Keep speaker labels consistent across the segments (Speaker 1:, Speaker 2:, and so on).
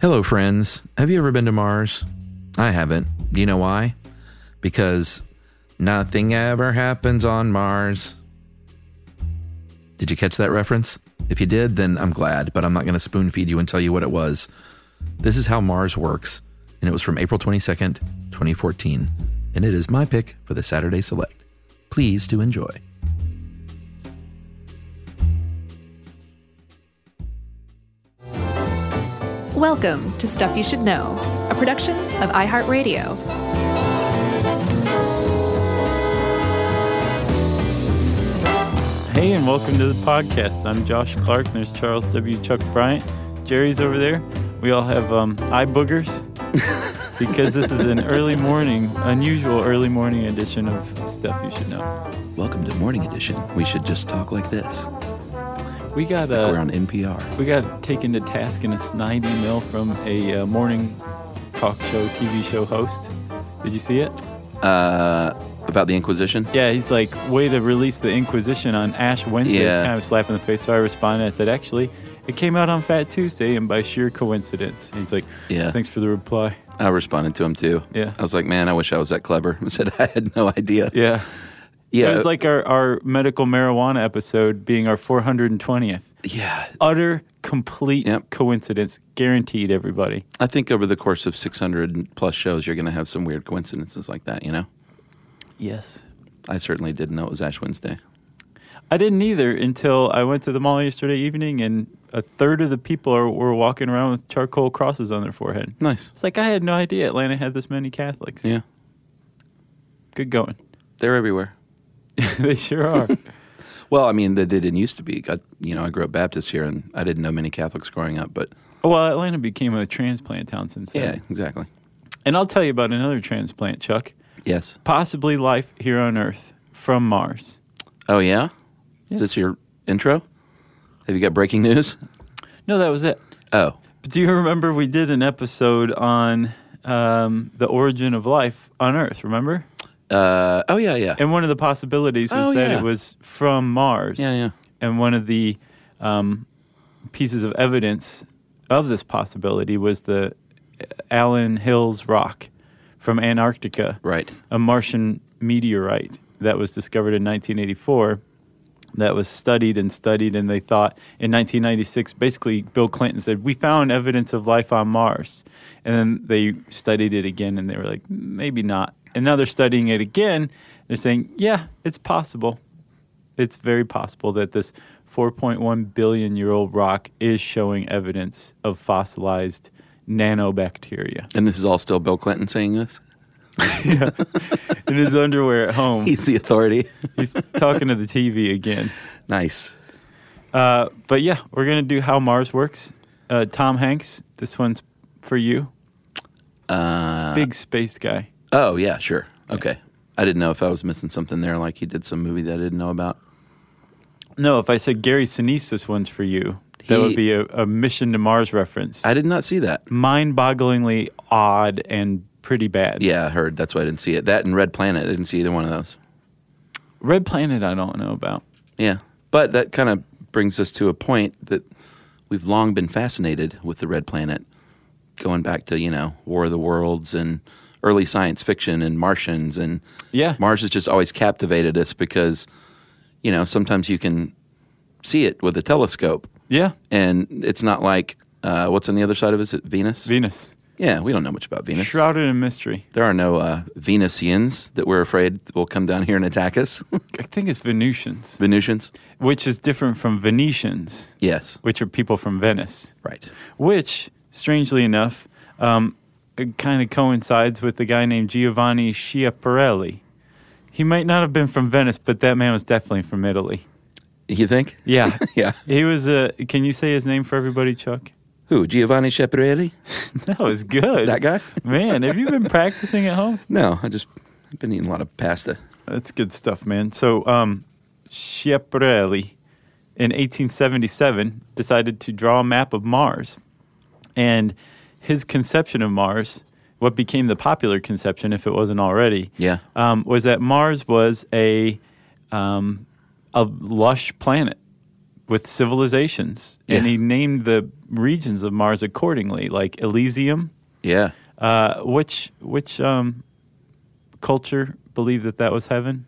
Speaker 1: Hello, friends. Have you ever been to Mars? I haven't. Do you know why? Because nothing ever happens on Mars. Did you catch that reference? If you did, then I'm glad, but I'm not going to spoon feed you and tell you what it was. This is how Mars works, and it was from April 22nd, 2014, and it is my pick for the Saturday Select. Please do enjoy.
Speaker 2: Welcome to Stuff You Should Know, a production of iHeartRadio.
Speaker 3: Hey, and welcome to the podcast. I'm Josh Clark. There's Charles W. Chuck Bryant. Jerry's over there. We all have um, eye boogers because this is an early morning, unusual early morning edition of Stuff You Should Know.
Speaker 1: Welcome to Morning Edition. We should just talk like this.
Speaker 3: We got
Speaker 1: We're
Speaker 3: uh,
Speaker 1: on NPR.
Speaker 3: we got taken to task in a snide email from a uh, morning talk show TV show host. Did you see it?
Speaker 1: Uh, about the Inquisition?
Speaker 3: Yeah, he's like, way to release the Inquisition on Ash Wednesday.
Speaker 1: Yeah.
Speaker 3: It's kind of a slap in the face. So I responded. I said, actually, it came out on Fat Tuesday, and by sheer coincidence. He's like,
Speaker 1: Yeah.
Speaker 3: thanks for the reply.
Speaker 1: I responded to him too.
Speaker 3: Yeah.
Speaker 1: I was like, man, I wish I was that clever. I said, I had no idea.
Speaker 3: Yeah.
Speaker 1: Yeah.
Speaker 3: It was like our, our medical marijuana episode being our 420th.
Speaker 1: yeah.
Speaker 3: Utter, complete
Speaker 1: Yep.
Speaker 3: coincidence. Guaranteed, everybody.
Speaker 1: I think over the course of 600 plus shows, you're going to have some weird coincidences like that, you know?
Speaker 3: Yes.
Speaker 1: I certainly didn't know it was Ash Wednesday.
Speaker 3: I didn't either until I went to the mall yesterday evening, and a third of the people are, were walking around with charcoal crosses on their forehead.
Speaker 1: Nice.
Speaker 3: It's like I had no idea Atlanta had this many Catholics.
Speaker 1: Yeah.
Speaker 3: Good going.
Speaker 1: They're everywhere.
Speaker 3: they sure are.
Speaker 1: Well, I mean, they didn't used to be. I, you know, I grew up Baptist here, and I didn't know many Catholics growing up, but
Speaker 3: well, Atlanta became a transplant town since then.
Speaker 1: yeah, exactly.
Speaker 3: And I'll tell you about another transplant, Chuck.
Speaker 1: Yes.
Speaker 3: Possibly life here on Earth from Mars.
Speaker 1: Oh, yeah?
Speaker 3: Yeah.
Speaker 1: Is this your intro? Have you got breaking news?
Speaker 3: No, that was it.
Speaker 1: Oh,
Speaker 3: But do you remember we did an episode on um, the origin of life on Earth? Remember?
Speaker 1: uh, oh yeah, yeah.
Speaker 3: And one of the possibilities was
Speaker 1: Oh,
Speaker 3: that
Speaker 1: yeah.
Speaker 3: it was from Mars.
Speaker 1: Yeah, yeah.
Speaker 3: And one of the um, pieces of evidence of this possibility was the uh, Allen Hills rock from Antarctica.
Speaker 1: Right.
Speaker 3: a Martian meteorite that was discovered in 1984 that was studied and studied and they thought in 1996 basically Bill Clinton said we found evidence of life on Mars and then they studied it again and they were like maybe not and now they're studying it again they're saying yeah it's possible it's very possible that this 4.1 billion year old rock is showing evidence of fossilized nanobacteria
Speaker 1: And this is all still Bill Clinton saying this?
Speaker 3: in his underwear at home
Speaker 1: He's the authority.
Speaker 3: He's talking to the TV again.
Speaker 1: nice.
Speaker 3: Uh, but yeah, we're going to do How Mars Works. Uh, Tom Hanks, this one's for you.
Speaker 1: Uh,
Speaker 3: Big space guy.
Speaker 1: oh, yeah, sure. Okay. I didn't know if I was missing something there, like he did some movie that I didn't know about.
Speaker 3: No, if I said Gary Sinise, this one's for you, that
Speaker 1: He-
Speaker 3: would be a, a Mission to Mars reference.
Speaker 1: I did not see that.
Speaker 3: Mind bogglingly odd and pretty bad.
Speaker 1: Yeah, I heard. That's why I didn't see it. That and Red Planet. I didn't see either one of those.
Speaker 3: Red Planet, I don't know about.
Speaker 1: Yeah. But that kind of brings us to a point that we've long been fascinated with the Red Planet, going back to, you know, War of the Worlds and early science fiction and Martians. And
Speaker 3: Yeah.
Speaker 1: Mars has just always captivated us because, you know, sometimes you can see it with a telescope
Speaker 3: yeah.
Speaker 1: and it's not like, uh, what's on the other side of us? Venus?
Speaker 3: Venus.
Speaker 1: yeah, we don't know much about Venus.
Speaker 3: Shrouded in mystery.
Speaker 1: There are no uh, Venusians that we're afraid will come down here and attack us.
Speaker 3: I think it's Venusians,
Speaker 1: Venusians?
Speaker 3: which is different from Venetians,
Speaker 1: Yes.
Speaker 3: which are people from Venice.
Speaker 1: Right.
Speaker 3: which, strangely enough, um, kind of coincides with a guy named Giovanni Schiaparelli. He might not have been from Venice, but that man was definitely from Italy.
Speaker 1: You think?
Speaker 3: Yeah.
Speaker 1: Yeah.
Speaker 3: He was a. Can you say his name for everybody, Chuck?
Speaker 1: Who? Giovanni Schiaparelli?
Speaker 3: That was good.
Speaker 1: That guy?
Speaker 3: Man, have you been practicing at home?
Speaker 1: No, I just I've been eating a lot of pasta.
Speaker 3: That's good stuff, man. So, um, Schiaparelli in 1877 decided to draw a map of Mars. And his conception of Mars, what became the popular conception, if it wasn't already,
Speaker 1: Yeah.
Speaker 3: um, was that Mars was a, um, a lush planet with civilizations, and
Speaker 4: Yeah.
Speaker 3: he named the regions of Mars accordingly, like Elysium.
Speaker 4: Yeah.
Speaker 3: Uh, which which um, culture believed that that was heaven?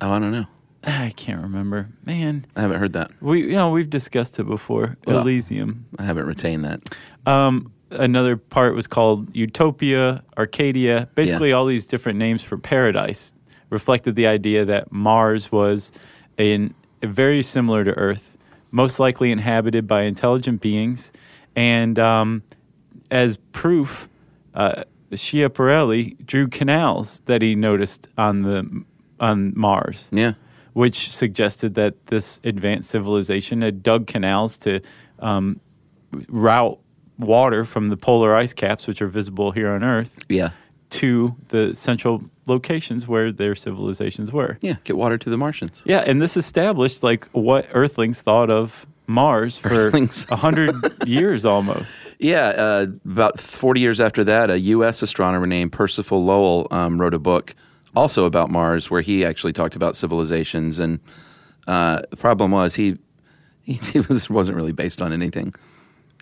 Speaker 1: Oh, I don't know.
Speaker 3: Ah, I can't remember. Man,
Speaker 1: I haven't heard that.
Speaker 3: we you know we've discussed it before.
Speaker 1: Well.
Speaker 3: Elysium.
Speaker 1: I haven't retained that.
Speaker 3: Um, another part was called Utopia, Arcadia. Basically, all these different names for paradise reflected the idea that Mars was in very similar to Earth, most likely inhabited by intelligent beings, and um, as proof, uh, Schiaparelli drew canals that he noticed on the on Mars
Speaker 1: Yeah.
Speaker 3: which suggested that this advanced civilization had dug canals to um, route water from the polar ice caps, which are visible here on Earth,
Speaker 1: Yeah.
Speaker 3: to the central locations where their civilizations were.
Speaker 1: Yeah. Get water to the Martians.
Speaker 3: Yeah, and this established like what Earthlings thought of Mars for
Speaker 1: Earthlings.
Speaker 3: a hundred years almost.
Speaker 1: Yeah, uh, about 40 years after that, a U.S. astronomer named Percival Lowell um, wrote a book also about Mars where he actually talked about civilizations. And uh, the problem was he, he, he was, wasn't really based on anything.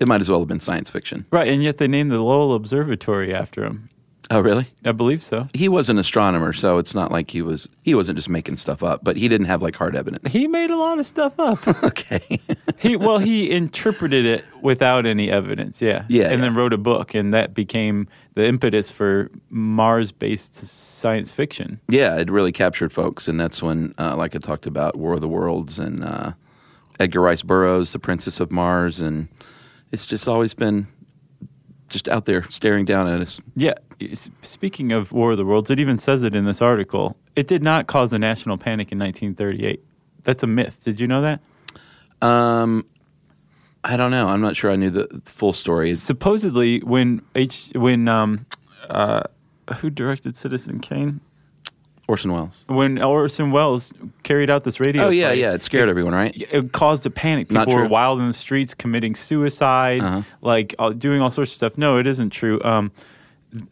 Speaker 1: It might as well have been science fiction.
Speaker 3: Right, and yet they named the Lowell Observatory after him.
Speaker 1: Oh, really?
Speaker 3: I believe so.
Speaker 1: He was an astronomer, so it's not like he was he wasn't just making stuff up, but he didn't have like hard evidence.
Speaker 3: He made a lot of stuff up.
Speaker 1: okay.
Speaker 3: he well he interpreted it without any evidence yeah
Speaker 1: Yeah,
Speaker 3: and
Speaker 1: yeah.
Speaker 3: then wrote a book and that became the impetus for mars based science fiction
Speaker 1: yeah, it really captured folks, and that's when, uh, like I talked about, War of the Worlds and uh, Edgar Rice Burroughs, The Princess of Mars, and it's just always been just out there staring down at us.
Speaker 3: yeah s- speaking of war of the worlds it even says it in this article it did not cause a national panic in 1938 that's a myth did you know that
Speaker 1: I don't know. I'm not sure I knew the full story. It's-
Speaker 3: supposedly when h when um uh who directed citizen kane
Speaker 1: Orson Welles.
Speaker 3: when orson welles carried out this radio
Speaker 1: Oh yeah,
Speaker 3: play,
Speaker 1: yeah. It scared everyone, right?
Speaker 3: it caused a panic.
Speaker 1: Not
Speaker 3: People were
Speaker 1: true.
Speaker 3: wild in the streets, committing suicide, like uh, doing all sorts of stuff. No, it isn't true. Um,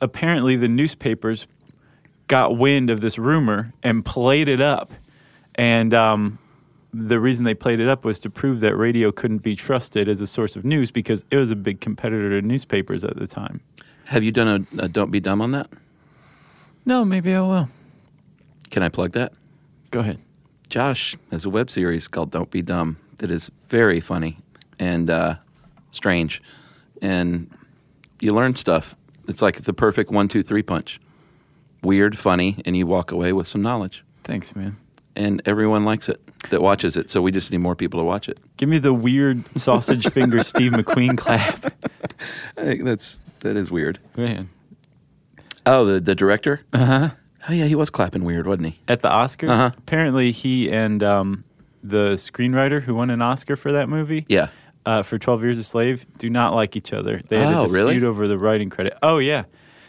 Speaker 3: apparently, the newspapers got wind of this rumor and played it up. And um, the reason they played it up was to prove that radio couldn't be trusted as a source of news because it was a big competitor to newspapers at the time.
Speaker 1: Have you done a, a Don't Be Dumb on that?
Speaker 3: No, maybe I will.
Speaker 1: Can I plug that?
Speaker 3: Go ahead.
Speaker 1: Josh has a web series called Don't Be Dumb that is very funny and uh, strange, and you learn stuff. It's like the perfect one, two, three punch. Weird, funny, and you walk away with some knowledge.
Speaker 3: Thanks, man.
Speaker 1: And everyone likes it that watches it. So we just need more people to watch it.
Speaker 3: Give me the weird sausage finger Steve McQueen clap.
Speaker 1: I think that's that is weird.
Speaker 3: Man.
Speaker 1: Oh, the the director. Uh huh. Oh yeah, he was clapping weird, wasn't he?
Speaker 3: at the Oscars.
Speaker 1: Uh-huh.
Speaker 3: Apparently, he and um, the screenwriter who won an Oscar for that movie,
Speaker 1: Yeah.
Speaker 3: uh, for Twelve Years a Slave, do not like each other. They had a
Speaker 1: Oh,
Speaker 3: dispute
Speaker 1: really?
Speaker 3: over the writing credit. Oh yeah,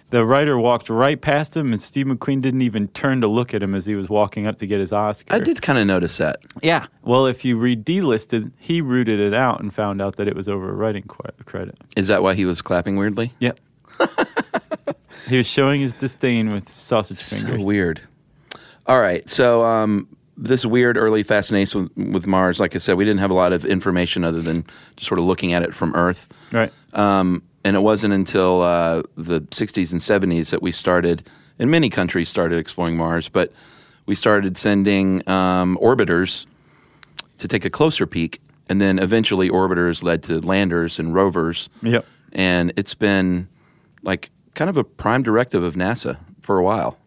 Speaker 3: the writer walked right past him, and Steve McQueen didn't even turn to look at him as he was walking up to get his Oscar.
Speaker 1: I did kind of notice that.
Speaker 3: Yeah. Well, if you read delisted, he rooted it out and found out that it was over a writing qu- credit.
Speaker 1: Is that why he was clapping weirdly?
Speaker 3: Yep. he was showing his disdain with sausage fingers.
Speaker 1: So weird. All right. So um, this weird early fascination with, with Mars, like I said, we didn't have a lot of information other than just sort of looking at it from Earth.
Speaker 3: Right.
Speaker 1: Um, and it wasn't until uh, the 60s and 70s that we started, and many countries started exploring Mars, but we started sending um, orbiters to take a closer peek. And then eventually, orbiters led to landers and rovers
Speaker 3: Yep.
Speaker 1: and it's been like kind of a prime directive of NASA for a while.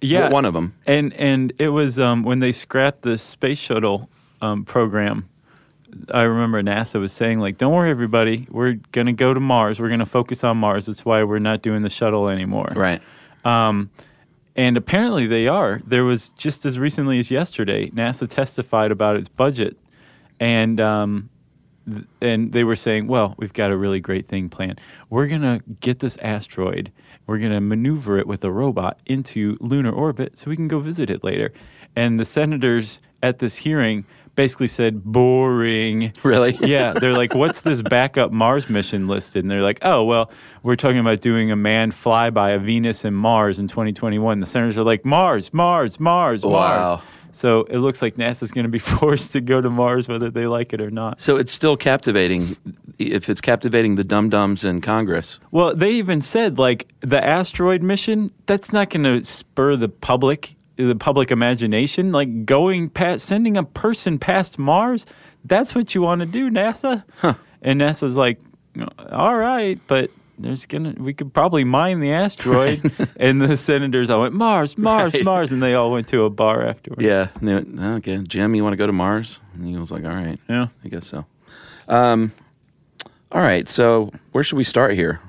Speaker 3: Yeah,
Speaker 1: Well, one of 'em.
Speaker 3: And and it was um, when they scrapped the space shuttle um, program. I remember NASA was saying like, "Don't worry, everybody. We're gonna go to Mars. We're gonna focus on Mars. That's why we're not doing the shuttle anymore."
Speaker 1: Right.
Speaker 3: And apparently they are. There was just as recently as yesterday, NASA testified about its budget, and um, th- and they were saying, well, we've got a really great thing planned. We're gonna get this asteroid. We're gonna maneuver it with a robot into lunar orbit so we can go visit it later. And the senators at this hearing basically said, boring.
Speaker 1: Really?
Speaker 3: yeah, they're like, what's this backup Mars mission listed? And they're like, oh, well, we're talking about doing a manned flyby of Venus and Mars in 2021. The senators are like, Mars, Mars, Mars,
Speaker 1: Wow.
Speaker 3: Mars. So it looks like NASA's going to be forced to go to Mars whether they like it or not.
Speaker 1: So it's still captivating if it's captivating the dum dums in Congress.
Speaker 3: Well, they even said like the asteroid mission, that's not going to spur the public, the public imagination. Like going past, sending a person past Mars, that's what you want to do, NASA. And NASA's like, all right, but there's gonna we could probably mine the asteroid. and the senators all went Mars, Mars,
Speaker 1: Right.
Speaker 3: Mars, and they all went to a bar afterwards.
Speaker 1: Yeah. And they went, "Oh, okay, Jim, you want to go to Mars? And he was like, all right.
Speaker 3: Yeah.
Speaker 1: I guess so. Um, all right. So where should we start here?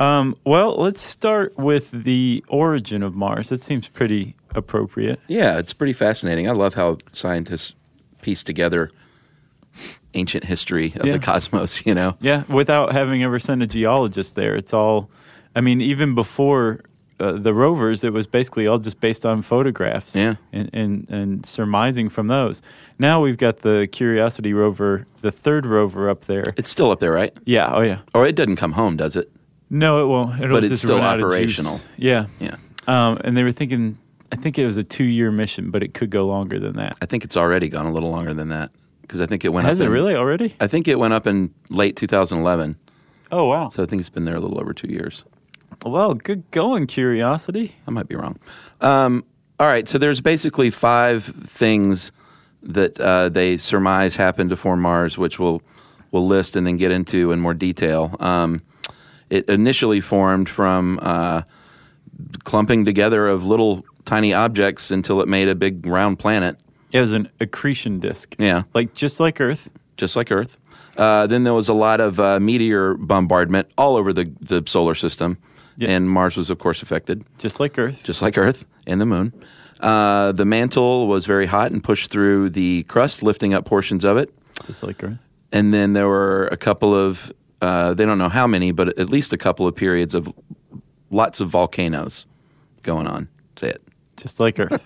Speaker 3: Um, well, let's start with the origin of Mars. That seems pretty appropriate.
Speaker 1: Yeah, it's pretty fascinating. I love how scientists piece together ancient history of
Speaker 3: Yeah.
Speaker 1: the cosmos, you know?
Speaker 3: Yeah, without having ever sent a geologist there. It's all, I mean, even before uh, the rovers, it was basically all just based on photographs.
Speaker 1: Yeah.
Speaker 3: And, and, and surmising from those. Now we've got the Curiosity rover, the third rover up there.
Speaker 1: It's still up there, right?
Speaker 3: Yeah, oh yeah.
Speaker 1: Or it doesn't come home, does it?
Speaker 3: No, it won't. It'll
Speaker 1: But it's
Speaker 3: just
Speaker 1: still
Speaker 3: run out of juice.
Speaker 1: operational.
Speaker 3: Yeah.
Speaker 1: Yeah.
Speaker 3: Um, and they were thinking, I think it was a two year mission, but it could go longer than that.
Speaker 1: I think it's already gone a little longer than that because I think it went
Speaker 3: Has
Speaker 1: up.
Speaker 3: it
Speaker 1: in-
Speaker 3: really already?
Speaker 1: I think it went up in late 2011.
Speaker 3: Oh, wow.
Speaker 1: So I think it's been there a little over two years.
Speaker 3: Well, good going, Curiosity.
Speaker 1: I might be wrong. Um, all right. So there's basically five things that uh, they surmise happened to form Mars, which we'll, we'll list and then get into in more detail. Um, it initially formed from uh, clumping together of little tiny objects until it made a big round planet.
Speaker 3: It was an accretion disk.
Speaker 1: Yeah.
Speaker 3: Like just like Earth.
Speaker 1: just like Earth. Uh, then there was a lot of uh, meteor bombardment all over the, the solar system,
Speaker 3: Yeah.
Speaker 1: and Mars was, of course, affected,
Speaker 3: Just like Earth.
Speaker 1: just like Earth and the Moon. Uh, the mantle was very hot and pushed through the crust, lifting up portions of it.
Speaker 3: Just like Earth.
Speaker 1: And then there were a couple of, uh, they don't know how many, but at least a couple of periods of lots of volcanoes going on. Say it.
Speaker 3: Just like Earth.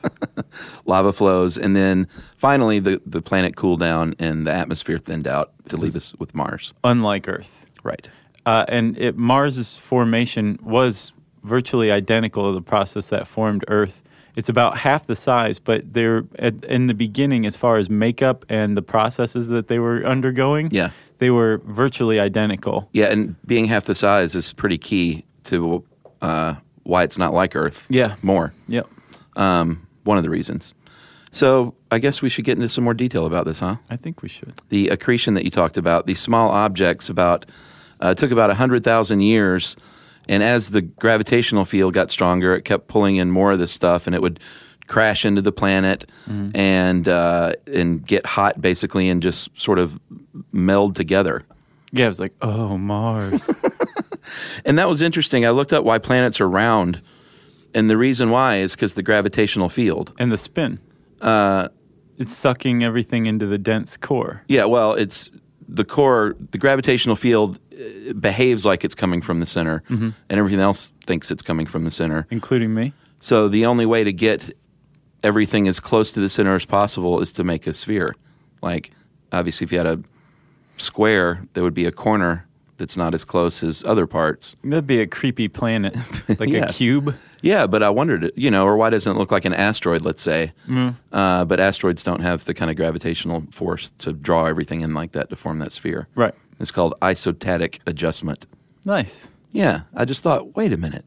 Speaker 1: Lava flows. And then finally, the, the planet cooled down and the atmosphere thinned out to leave us with Mars.
Speaker 3: Unlike Earth.
Speaker 1: Right.
Speaker 3: Uh, and it, Mars's formation was virtually identical to the process that formed Earth. It's about half the size, but they're at, in the beginning, as far as makeup and the processes that they were undergoing,
Speaker 1: Yeah.
Speaker 3: they were virtually identical.
Speaker 1: Yeah, and being half the size is pretty key to uh, why it's not like Earth.
Speaker 3: Yeah.
Speaker 1: more.
Speaker 3: Yep.
Speaker 1: Um, one of the reasons. So I guess we should get into some more detail about this, huh?
Speaker 3: I think we should.
Speaker 1: The accretion that you talked about, these small objects, about uh, took about hundred thousand years, and as the gravitational field got stronger, it kept pulling in more of this stuff, and it would crash into the planet and uh, and get hot basically, and just sort of meld together.
Speaker 3: Yeah, it was like, oh, Mars.
Speaker 1: And that was interesting. I looked up why planets are round, and the reason why is because the gravitational field.
Speaker 3: and the spin. Uh, it's sucking everything into the dense core.
Speaker 1: Yeah, well, it's the core. The gravitational field uh, behaves like it's coming from the center, and everything else thinks it's coming from the center.
Speaker 3: including me.
Speaker 1: So the only way to get everything as close to the center as possible is to make a sphere. Like obviously, if you had a square, there would be a corner that's not as close as other parts.
Speaker 3: That'd be a creepy planet, like
Speaker 1: Yeah.
Speaker 3: a cube.
Speaker 1: Yeah, but I wondered, you know, or why doesn't it look like an asteroid, let's say? Uh, but asteroids don't have the kind of gravitational force to draw everything in like that to form that sphere.
Speaker 3: Right.
Speaker 1: It's called isotatic adjustment.
Speaker 3: Nice.
Speaker 1: Yeah, I just thought, wait a minute,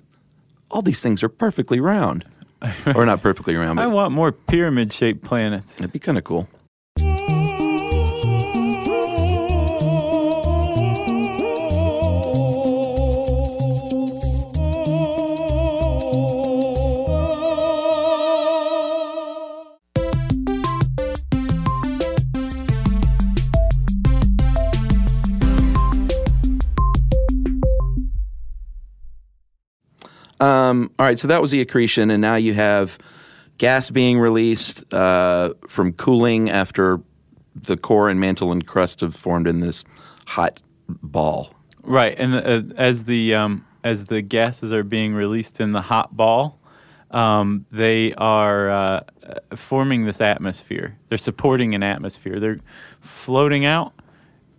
Speaker 1: all these things are perfectly round. or not perfectly round,
Speaker 3: I
Speaker 1: but
Speaker 3: want more pyramid shaped planets.
Speaker 1: it'd be kind of cool. Um, all right, so that was the accretion, and now you have gas being released uh, from cooling after the core and mantle and crust have formed in this hot ball.
Speaker 3: Right, and uh, as the um, as the gases are being released in the hot ball, um, they are uh, uh, forming this atmosphere. They're supporting an atmosphere. They're floating out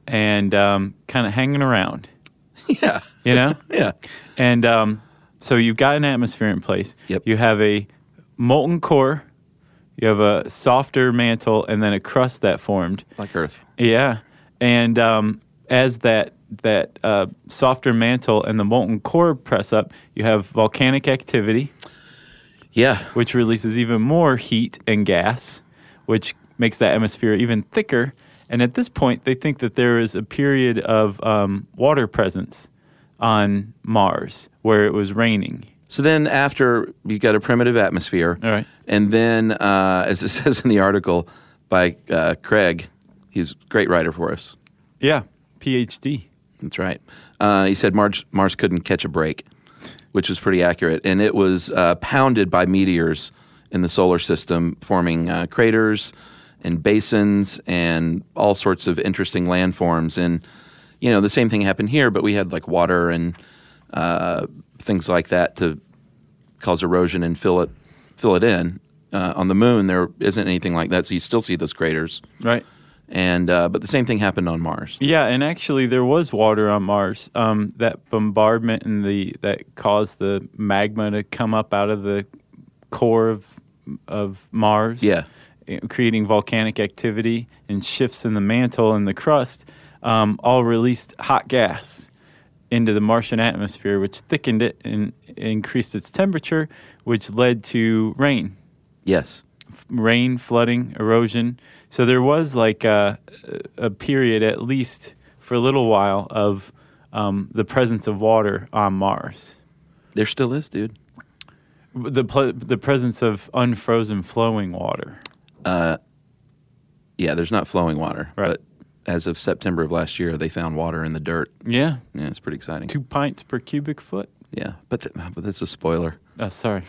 Speaker 3: and um, kind of hanging around.
Speaker 1: Yeah,
Speaker 3: You know.
Speaker 1: yeah,
Speaker 3: And um, so you've got an atmosphere in place.
Speaker 1: Yep.
Speaker 3: You have a molten core You have a softer mantle and then a crust that formed.
Speaker 1: like Earth.
Speaker 3: Yeah, and um, as that that uh, softer mantle and the molten core press up, you have volcanic activity,
Speaker 1: Yeah.
Speaker 3: which releases even more heat and gas, which makes that atmosphere even thicker. And at this point, they think that there is a period of um, water presence on Mars where it was raining.
Speaker 1: So then, after you've got a primitive atmosphere,
Speaker 3: All right.
Speaker 1: and then, uh, as it says in the article by uh, Craig, he's a great writer for us.
Speaker 3: Yeah, PhD.
Speaker 1: That's right. Uh, he said Mars, Mars couldn't catch a break, which was pretty accurate. And it was uh, pounded by meteors in the solar system, forming uh, craters and basins and all sorts of interesting landforms. And, you know, the same thing happened here, but we had like water and uh, things like that to cause erosion and fill it, fill it in. Uh, on the moon, there isn't anything like that, so you still see those craters.
Speaker 3: Right.
Speaker 1: And uh, but the same thing happened on Mars.
Speaker 3: Yeah, and actually, there was water on Mars. Um, that bombardment and the that caused the magma to come up out of the core of of Mars.
Speaker 1: Yeah.
Speaker 3: eh, creating volcanic activity and shifts in the mantle and the crust, um, all released hot gas into the Martian atmosphere, which thickened it and increased its temperature, which led to rain
Speaker 1: Yes.
Speaker 3: rain, flooding, erosion. So there was like a, a period, at least for a little while, of um, the presence of water on Mars.
Speaker 1: There still is, dude.
Speaker 3: The, pl- the presence of unfrozen flowing water.
Speaker 1: Yeah, there's not flowing water.
Speaker 3: Right.
Speaker 1: But as of September of last year, they found water in the dirt.
Speaker 3: Yeah.
Speaker 1: Yeah, it's pretty exciting.
Speaker 3: Two pints per cubic foot.
Speaker 1: Yeah, but th- but that's a spoiler.
Speaker 3: Oh, sorry.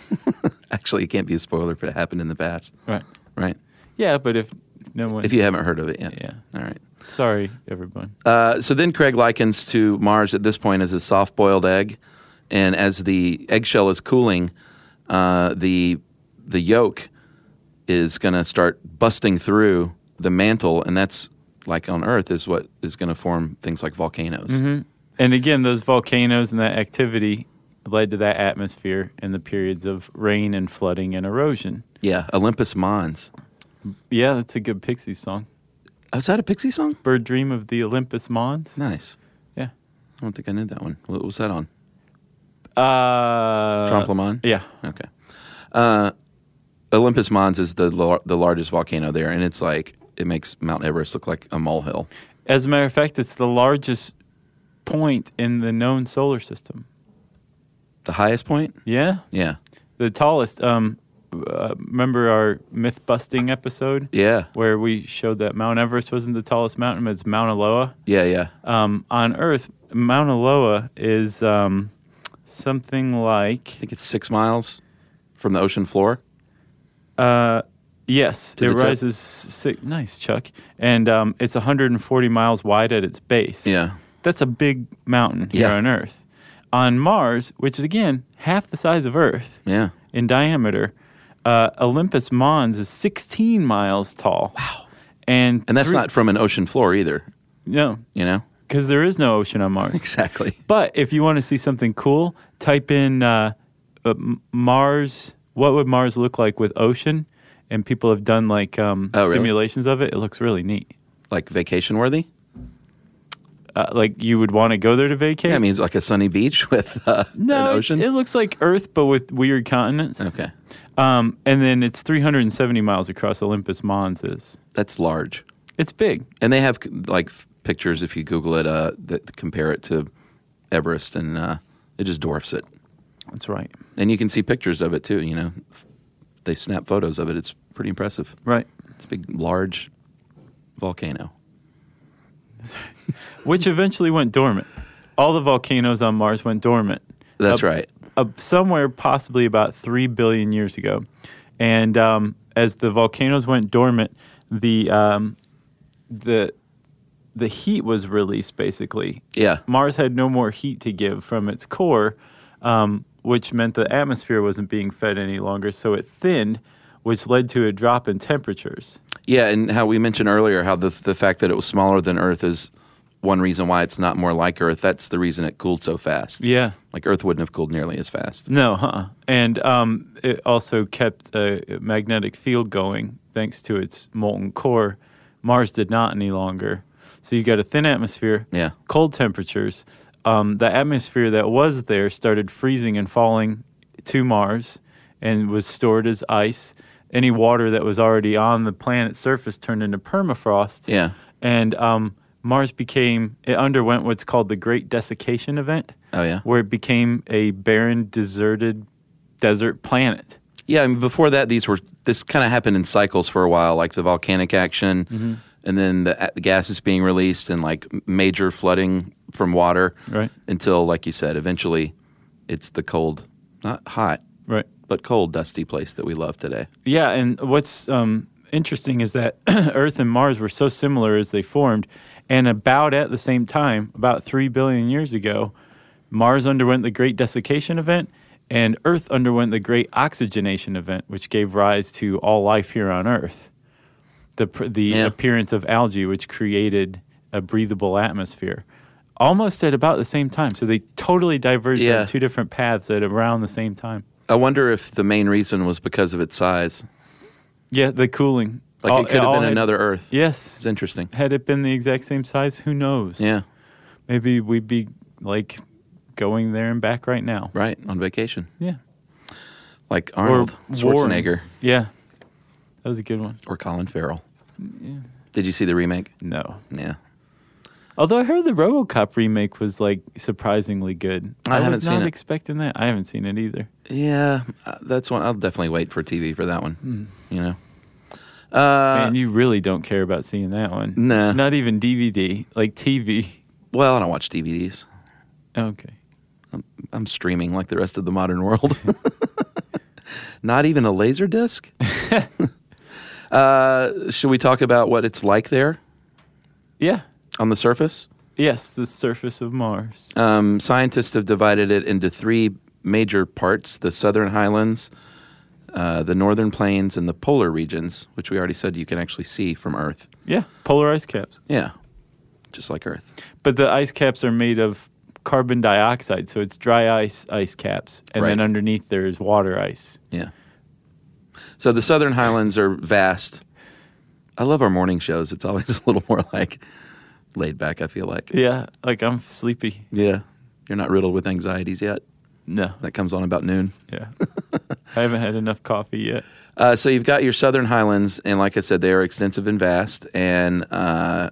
Speaker 1: Actually, it can't be a spoiler if it happened in the past,
Speaker 3: right.
Speaker 1: right?
Speaker 3: Yeah, but if no one.
Speaker 1: If you haven't heard of it yet.
Speaker 3: Yeah.
Speaker 1: All right.
Speaker 3: Sorry, everyone.
Speaker 1: Uh, so then Craig likens to Mars at this point as a soft boiled egg. And as the eggshell is cooling, uh, the, the yolk is going to start busting through the mantle. And that's like on Earth, is what is going to form things like volcanoes.
Speaker 3: Mm-hmm. And again, those volcanoes and that activity led to that atmosphere and the periods of rain and flooding and erosion.
Speaker 1: Yeah, Olympus Mons.
Speaker 3: Yeah, that's a good Pixies song.
Speaker 1: Oh, is that a Pixie song?
Speaker 3: Bird Dream of the Olympus Mons.
Speaker 1: Nice.
Speaker 3: Yeah.
Speaker 1: I don't think I knew that one. What was that on?
Speaker 3: Uh,
Speaker 1: Trompe la Mort?
Speaker 3: Yeah.
Speaker 1: Okay. Uh, Olympus Mons is the lar- the largest volcano there, and it's like it makes Mount Everest look like a molehill.
Speaker 3: As a matter of fact, it's the largest point in the known solar system.
Speaker 1: The highest point?
Speaker 3: Yeah.
Speaker 1: Yeah.
Speaker 3: The tallest. Um, uh, remember our myth busting episode
Speaker 1: Yeah.
Speaker 3: where we showed that Mount Everest wasn't the tallest mountain, but it's Mount Aloha?
Speaker 1: Yeah, yeah.
Speaker 3: Um, on Earth, Mount Aloha is um, something like.
Speaker 1: I think it's six miles from the ocean floor.
Speaker 3: uh, Yes,
Speaker 1: To
Speaker 3: it
Speaker 1: the tip.
Speaker 3: rises six. Nice, Chuck. And um, it's 140 miles wide at its base.
Speaker 1: Yeah.
Speaker 3: That's a big mountain here
Speaker 1: Yeah.
Speaker 3: on Earth. On Mars, which is again half the size of Earth
Speaker 1: Yeah.
Speaker 3: in diameter, uh, Olympus Mons is 16 miles tall. Wow. And,
Speaker 1: And that's
Speaker 3: three-
Speaker 1: not from an ocean floor either,
Speaker 3: No,
Speaker 1: you know?
Speaker 3: because there is no ocean on Mars.
Speaker 1: Exactly.
Speaker 3: But if you want to see something cool, type in uh, uh, M- Mars. What would Mars look like with ocean? And people have done like um,
Speaker 1: Oh, really?
Speaker 3: simulations of it. It looks really neat.
Speaker 1: Like vacation worthy?
Speaker 3: Uh, like you would want to go there to vacate.
Speaker 1: Yeah, I mean, it's like a sunny beach with uh,
Speaker 3: no,
Speaker 1: an
Speaker 3: it-
Speaker 1: ocean.
Speaker 3: It, looks like Earth, but with weird continents.
Speaker 1: okay.
Speaker 3: Um, and then it's 370 miles across Olympus Mons is.
Speaker 1: That's large.
Speaker 3: It's big.
Speaker 1: And they have like f- pictures if you Google it uh, that compare it to Everest, and uh, it just dwarfs it.
Speaker 3: That's right.
Speaker 1: And you can see pictures of it too. You know, they snap photos of it. It's pretty impressive.
Speaker 3: Right.
Speaker 1: It's a big, large volcano.
Speaker 3: Which eventually went dormant. All the volcanoes on Mars went dormant.
Speaker 1: That's
Speaker 3: Uh,
Speaker 1: right.
Speaker 3: uh, somewhere possibly about three billion years ago, and um, as the volcanoes went dormant, the um, the the heat was released. Basically,
Speaker 1: Yeah.
Speaker 3: Mars had no more heat to give from its core, um, which meant the atmosphere wasn't being fed any longer, so it thinned, which led to a drop in temperatures.
Speaker 1: Yeah, and how we mentioned earlier, how the the fact that it was smaller than Earth is one reason why it's not more like Earth. That's the reason it cooled so fast.
Speaker 3: Yeah.
Speaker 1: Like Earth wouldn't have cooled nearly as fast.
Speaker 3: No, huh? And um, it also kept a magnetic field going thanks to its molten core. Mars did not any longer. So you got a thin atmosphere,
Speaker 1: Yeah.
Speaker 3: cold temperatures. Um, the atmosphere that was there started freezing and falling to Mars and was stored as ice. Any water that was already on the planet's surface turned into permafrost.
Speaker 1: Yeah.
Speaker 3: And um, Mars became, it underwent what's called the Great Desiccation Event
Speaker 1: Oh yeah.
Speaker 3: where it became a barren, deserted desert planet.
Speaker 1: Yeah, I mean, before that, these were this kind of happened in cycles for a while, like the volcanic action,
Speaker 3: Mm-hmm.
Speaker 1: and then the a- gases being released, and like m- major flooding from water,
Speaker 3: Right.
Speaker 1: Until, like you said, eventually, it's the cold, not hot,
Speaker 3: Right.
Speaker 1: but cold, dusty place that we love today.
Speaker 3: Yeah, and what's um, interesting is that Earth and Mars were so similar as they formed, and about at the same time, about three billion years ago, Mars underwent the Great Desiccation Event, and Earth underwent the Great Oxygenation Event, which gave rise to all life here on Earth. The pr- the
Speaker 1: Yeah.
Speaker 3: appearance of algae, which created a breathable atmosphere, almost at about the same time. So they totally diverged
Speaker 1: Yeah.
Speaker 3: on two different paths at around the same time.
Speaker 1: I wonder if the main reason was because of its size.
Speaker 3: Yeah, the cooling.
Speaker 1: Like
Speaker 3: All-
Speaker 1: it could have
Speaker 3: all
Speaker 1: been
Speaker 3: had-
Speaker 1: another Earth.
Speaker 3: Yes.
Speaker 1: It's interesting.
Speaker 3: Had it been the exact same size, who knows?
Speaker 1: Yeah,
Speaker 3: Maybe we'd be like going there and back right now.
Speaker 1: right on vacation,
Speaker 3: Yeah.
Speaker 1: like Arnold
Speaker 3: Warren.
Speaker 1: Schwarzenegger
Speaker 3: Yeah. That was a good one.
Speaker 1: or Colin Farrell.
Speaker 3: Mm,
Speaker 1: Did you see the remake?
Speaker 3: No.
Speaker 1: Yeah.
Speaker 3: Although I heard the RoboCop remake was like surprisingly good.
Speaker 1: I haven't
Speaker 3: was
Speaker 1: seen
Speaker 3: not
Speaker 1: it.
Speaker 3: expecting that. I haven't seen it either.
Speaker 1: Yeah, uh, that's one. I'll definitely wait for TV for that one. You know, uh,
Speaker 3: Hmm. Man, you really don't care about seeing that one.
Speaker 1: Nah.
Speaker 3: Not even DVD, like TV.
Speaker 1: well, I don't watch DVDs.
Speaker 3: Okay.
Speaker 1: I'm streaming like the rest of the modern world. Not even a laser disc. uh, should we talk about what it's like there
Speaker 3: Yeah.
Speaker 1: on the surface?
Speaker 3: Yes, the surface of Mars.
Speaker 1: Um, scientists have divided it into three major parts: the southern highlands, uh, the northern plains, and the polar regions, which we already said you can actually see from Earth.
Speaker 3: Yeah. Polar ice caps.
Speaker 1: Yeah, just like Earth.
Speaker 3: But the ice caps are made of carbon dioxide, so it's dry ice ice caps, and then
Speaker 1: Right.
Speaker 3: underneath there is water ice.
Speaker 1: Yeah. So the Southern Highlands are vast. I love our morning shows. It's always a little more like laid back, I feel like.
Speaker 3: Yeah, like I'm sleepy.
Speaker 1: Yeah. You're not riddled with anxieties yet.
Speaker 3: No,
Speaker 1: That comes on about noon.
Speaker 3: yeah, I haven't had enough coffee yet.
Speaker 1: Uh, so you've got your Southern Highlands, and like I said, they are extensive and vast, and uh,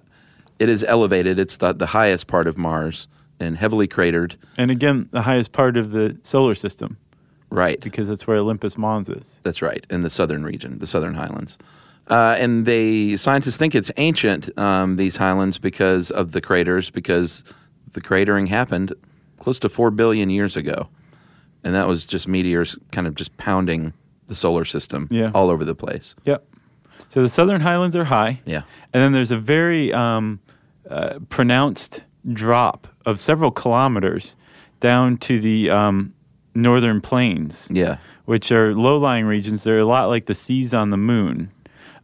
Speaker 1: it is elevated. It's the, the highest part of Mars and heavily cratered.
Speaker 3: And again, the highest part of the solar system
Speaker 1: Right.
Speaker 3: because that's where Olympus Mons is.
Speaker 1: That's right, in the southern region, the southern highlands. Uh, and they scientists think it's ancient um, these highlands because of the craters, because the cratering happened close to four billion years ago, and that was just meteors kind of just pounding the solar system
Speaker 3: Yeah.
Speaker 1: all over the place.
Speaker 3: Yep. So the Southern Highlands are high.
Speaker 1: Yeah.
Speaker 3: And then there's a very um, uh, pronounced drop of several kilometers down to the um, northern plains.
Speaker 1: Yeah,
Speaker 3: which are low lying regions. They're a lot like the seas on the moon,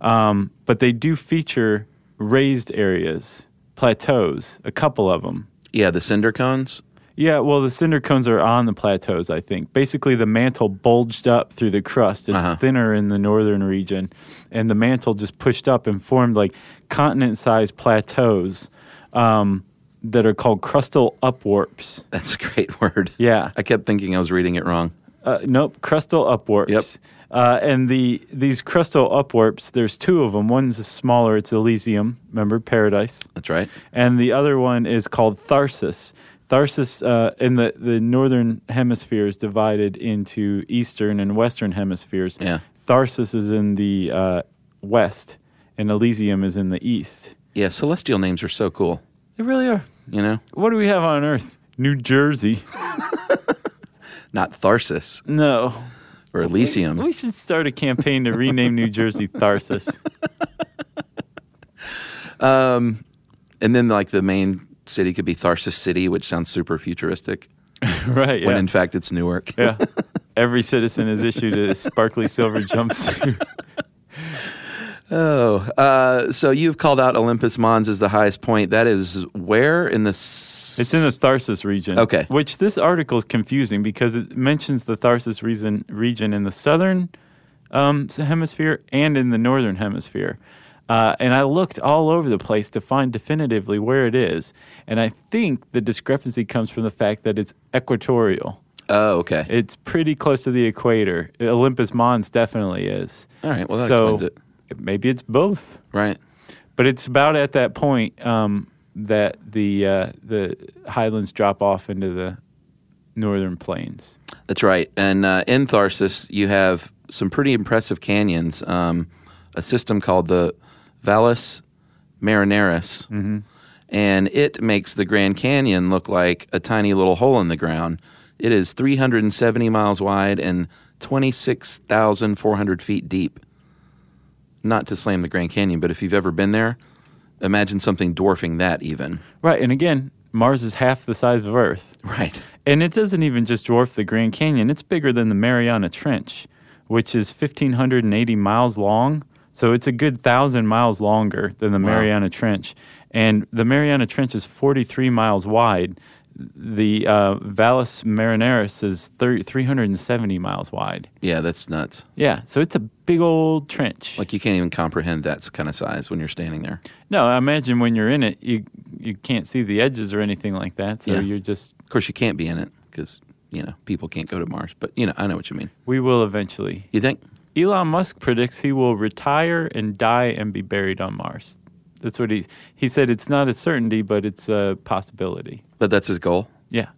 Speaker 3: um, but they do feature raised areas, plateaus, a couple of them.
Speaker 1: yeah. The cinder cones.
Speaker 3: Yeah, well, the cinder cones are on the plateaus, I think. Basically, the mantle bulged up through the crust. It's
Speaker 1: Uh-huh.
Speaker 3: thinner in the northern region, and the mantle just pushed up and formed like continent sized plateaus um, that are called crustal upwarps.
Speaker 1: That's a great word.
Speaker 3: Yeah.
Speaker 1: I kept thinking I was reading it wrong.
Speaker 3: Uh, nope, crustal upwarps.
Speaker 1: Yep.
Speaker 3: Uh, and the these crustal upwarps, there's two of them. One's smaller, it's Elysium, remember paradise,
Speaker 1: That's right.
Speaker 3: and the other one is called Tharsis. Tharsis uh, in the, the northern hemisphere is divided into eastern and western hemispheres.
Speaker 1: Yeah.
Speaker 3: Tharsis is in the uh, west, and Elysium is in the east.
Speaker 1: Yeah, celestial names are so cool.
Speaker 3: They really are.
Speaker 1: You know,
Speaker 3: What do we have on Earth? New Jersey.
Speaker 1: not Tharsis
Speaker 3: No.
Speaker 1: or Elysium.
Speaker 3: We should start a campaign to rename New Jersey Tharsis.
Speaker 1: And then, like, the main city could be Tharsis City, which sounds super futuristic,
Speaker 3: Right.
Speaker 1: when
Speaker 3: yeah.
Speaker 1: in fact it's Newark.
Speaker 3: yeah. Every citizen is issued a sparkly silver jumpsuit.
Speaker 1: Oh, uh, so you've called out Olympus Mons as the highest point. That is where in the. s-
Speaker 3: It's in the Tharsis region.
Speaker 1: Okay.
Speaker 3: Which this article is confusing because it mentions the Tharsis reason, region in the southern um, hemisphere and in the northern hemisphere. Uh, and I looked all over the place to find definitively where it is. And I think the discrepancy comes from the fact that it's equatorial.
Speaker 1: Oh, okay.
Speaker 3: It's pretty close to the equator. Olympus Mons definitely is.
Speaker 1: All right, well, that
Speaker 3: so
Speaker 1: explains
Speaker 3: Maybe it's both
Speaker 1: right.
Speaker 3: but it's about at that point um, that the uh, the highlands drop off into the northern plains.
Speaker 1: That's right. And uh, in Tharsis, you have some pretty impressive canyons. Um, a system called the Valles Marineris, and it makes the Grand Canyon look like a tiny little hole in the ground. It is 370 miles wide and 26,400 feet deep. Not to slam the Grand Canyon, but if you've ever been there, imagine something dwarfing that even.
Speaker 3: Right, and again, Mars is half the size of Earth,
Speaker 1: Right.
Speaker 3: and it doesn't even just dwarf the Grand Canyon. It's bigger than the Mariana Trench, which is 1,580 miles long. So it's a good thousand miles longer than the Mariana Trench, and the Mariana Trench is 43 miles wide. The uh, Valles Marineris is thir 370 miles wide.
Speaker 1: Yeah, that's nuts.
Speaker 3: Yeah, so it's a big old trench.
Speaker 1: Like you can't even comprehend that kind of size when you're standing there.
Speaker 3: no, I imagine when you're in it, you you can't see the edges or anything like that. So
Speaker 1: Yeah.
Speaker 3: you're just.
Speaker 1: Of course, you can't be in it because you know people can't go to Mars. But you know, I know what you mean.
Speaker 3: We will eventually.
Speaker 1: You think?
Speaker 3: Elon Musk predicts he will retire and die and be buried on Mars. That's what he he said. It's not a certainty, but it's a possibility.
Speaker 1: But that's his goal.
Speaker 3: Yeah,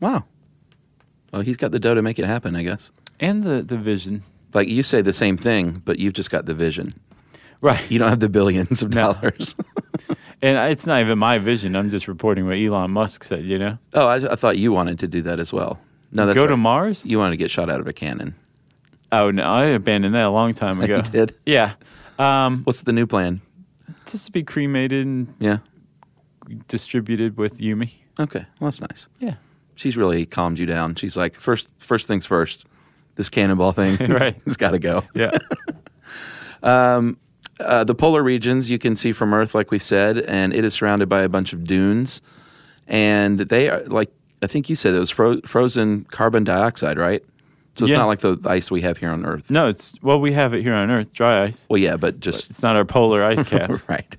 Speaker 1: Wow. Well, he's got the dough to make it happen, I guess.
Speaker 3: and the the vision.
Speaker 1: Like you say the same thing, but you've just got the vision.
Speaker 3: Right,
Speaker 1: You don't have the billions of
Speaker 3: No.
Speaker 1: dollars.
Speaker 3: and it's not even my vision. I'm just reporting what Elon Musk said. You know,
Speaker 1: oh, I, I thought you wanted to do that as well. No, that's
Speaker 3: go
Speaker 1: right.
Speaker 3: to Mars.
Speaker 1: You wanted to get shot out of a cannon.
Speaker 3: Oh no, I abandoned that a long time ago.
Speaker 1: did?
Speaker 3: Yeah, um,
Speaker 1: What's the new plan?
Speaker 3: just to be cremated and
Speaker 1: Yeah.
Speaker 3: distributed with Yumi.
Speaker 1: Okay. Well, that's nice.
Speaker 3: Yeah.
Speaker 1: She's really calmed you down. She's like, first, first things first. This cannonball thing,
Speaker 3: Right.
Speaker 1: It's got to go.
Speaker 3: Yeah.
Speaker 1: uh, the polar regions you can see from Earth, like we've said, and it is surrounded by a bunch of dunes, and they are like I think you said it was fro- frozen carbon dioxide, right? So it's
Speaker 3: Yeah.
Speaker 1: not like the ice we have here on Earth.
Speaker 3: no, it's well we have it here on Earth, dry ice.
Speaker 1: Well, yeah, but just
Speaker 3: It's not our polar ice caps.
Speaker 1: right.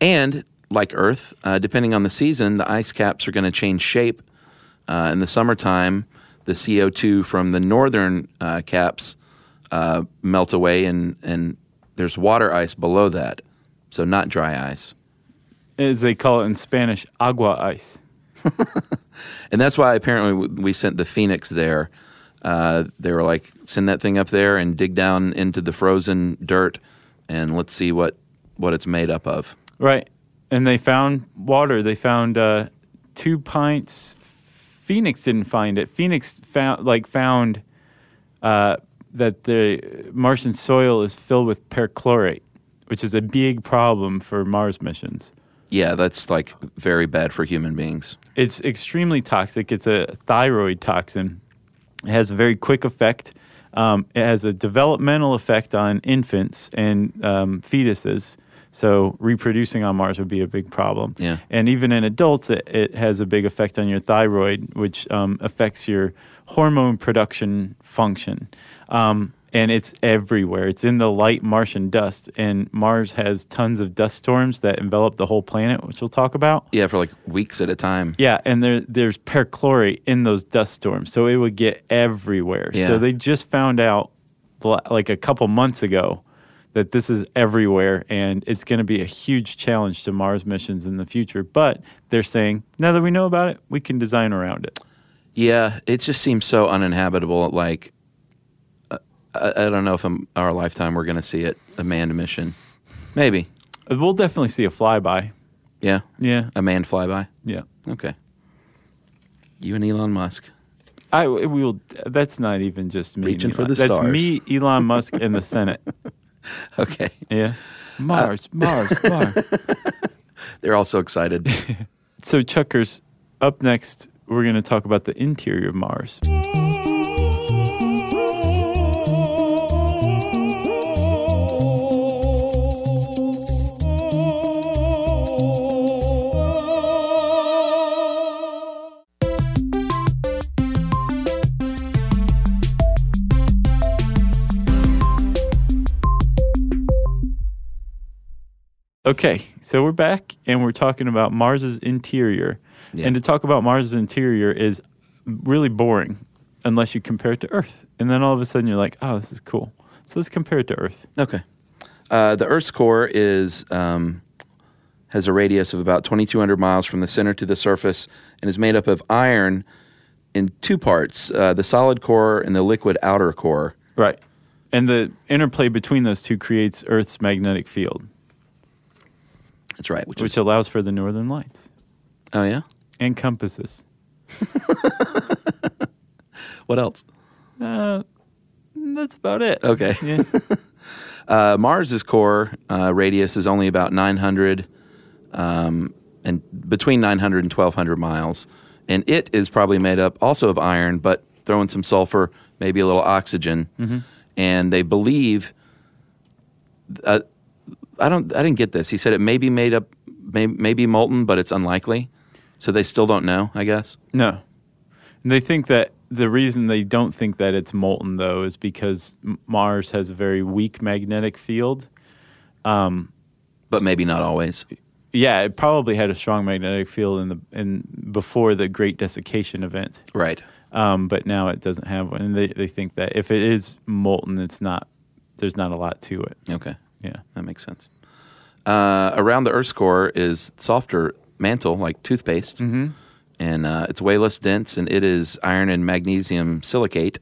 Speaker 1: And like Earth, uh, depending on the season, the ice caps are going to change shape. Uh, in the summertime, the CO2 from the northern uh, caps uh, melt away, and, and there's water ice below that, so not dry ice.
Speaker 3: As they call it in Spanish, agua ice.
Speaker 1: And that's why apparently w- we sent the Phoenix there. Uh, they were like, send that thing up there and dig down into the frozen dirt, and let's see what what it's made up of.
Speaker 3: Right. And they found water. They found uh, two pints. Phoenix didn't find it. Phoenix found like found uh, that the Martian soil is filled with perchlorate, which is a big problem for Mars missions.
Speaker 1: Yeah, that's like very bad for human beings.
Speaker 3: It's extremely toxic. It's a thyroid toxin. It has a very quick effect. Um, it has a developmental effect on infants and um, fetuses. So reproducing on Mars would be a big problem.
Speaker 1: Yeah.
Speaker 3: And even in adults, it, it has a big effect on your thyroid, which um, affects your hormone production function. Um, and it's everywhere. It's in the light Martian dust. And Mars has tons of dust storms that envelop the whole planet, which we'll talk about.
Speaker 1: Yeah, for like weeks at a time.
Speaker 3: Yeah, and there there's perchlorate in those dust storms, so it would get everywhere.
Speaker 1: Yeah.
Speaker 3: So they just found out la- like a couple months ago that this is everywhere and it's going to be a huge challenge to Mars missions in the future, but they're saying now that we know about it, we can design around it.
Speaker 1: Yeah, it just seems so uninhabitable. Like, uh, I, I don't know if in our lifetime we're going to see it a manned mission. Maybe.
Speaker 3: Uh, We'll definitely see a flyby.
Speaker 1: Yeah,
Speaker 3: Yeah.
Speaker 1: a manned flyby.
Speaker 3: Yeah.
Speaker 1: Okay. You and Elon Musk.
Speaker 3: I we will that's not even just me. and
Speaker 1: Reaching for
Speaker 3: Elon.
Speaker 1: the
Speaker 3: that's
Speaker 1: stars.
Speaker 3: me, Elon Musk and the Senate.
Speaker 1: Okay.
Speaker 3: Yeah. Mars, Mars, Mars.
Speaker 1: They're all so excited.
Speaker 3: So, Chuckers, up next, we're going to talk about the interior of Mars. Okay, so we're back and we're talking about Mars's interior.
Speaker 4: Yeah.
Speaker 3: And to talk about Mars's interior is really boring unless you compare it to Earth. And then all of a sudden you're like, oh, this is cool. So let's compare it to Earth.
Speaker 1: Okay. Uh, the Earth's core is um, has a radius of about 2,200 miles from the center to the surface, and is made up of iron in two parts: uh, the solid core and the liquid outer core.
Speaker 3: Right. And the interplay between those two creates Earth's magnetic field,
Speaker 1: That's right. Which,
Speaker 3: which
Speaker 1: is,
Speaker 3: allows for the northern lights
Speaker 1: oh yeah.
Speaker 3: and compasses.
Speaker 1: What else?
Speaker 3: Uh, That's about it.
Speaker 1: Okay.
Speaker 3: Yeah.
Speaker 1: Uh, Mars's core uh, radius is only about 900, um, and between 900 and 1,200 miles, and it is probably made up also of iron, but throw in some sulfur, maybe a little oxygen, and they believe. Uh, I don't. I didn't get this. He said it may be made up, may, may be molten, but it's unlikely. So they still don't know. I guess.
Speaker 3: No. And they think that the reason they don't think that it's molten, though, is because M- Mars has a very weak magnetic field.
Speaker 1: But maybe not always.
Speaker 3: Yeah, it probably had a strong magnetic field in the in before the Great Desiccation event,
Speaker 1: Right.
Speaker 3: um, but now it doesn't have one. And they they think that if it is molten, it's not. There's not a lot to it.
Speaker 1: Okay.
Speaker 3: Yeah.
Speaker 1: That makes sense. Uh, around the Earth's core is softer mantle, like toothpaste, mm-hmm. and uh, it's way less dense, and it is iron and magnesium silicate,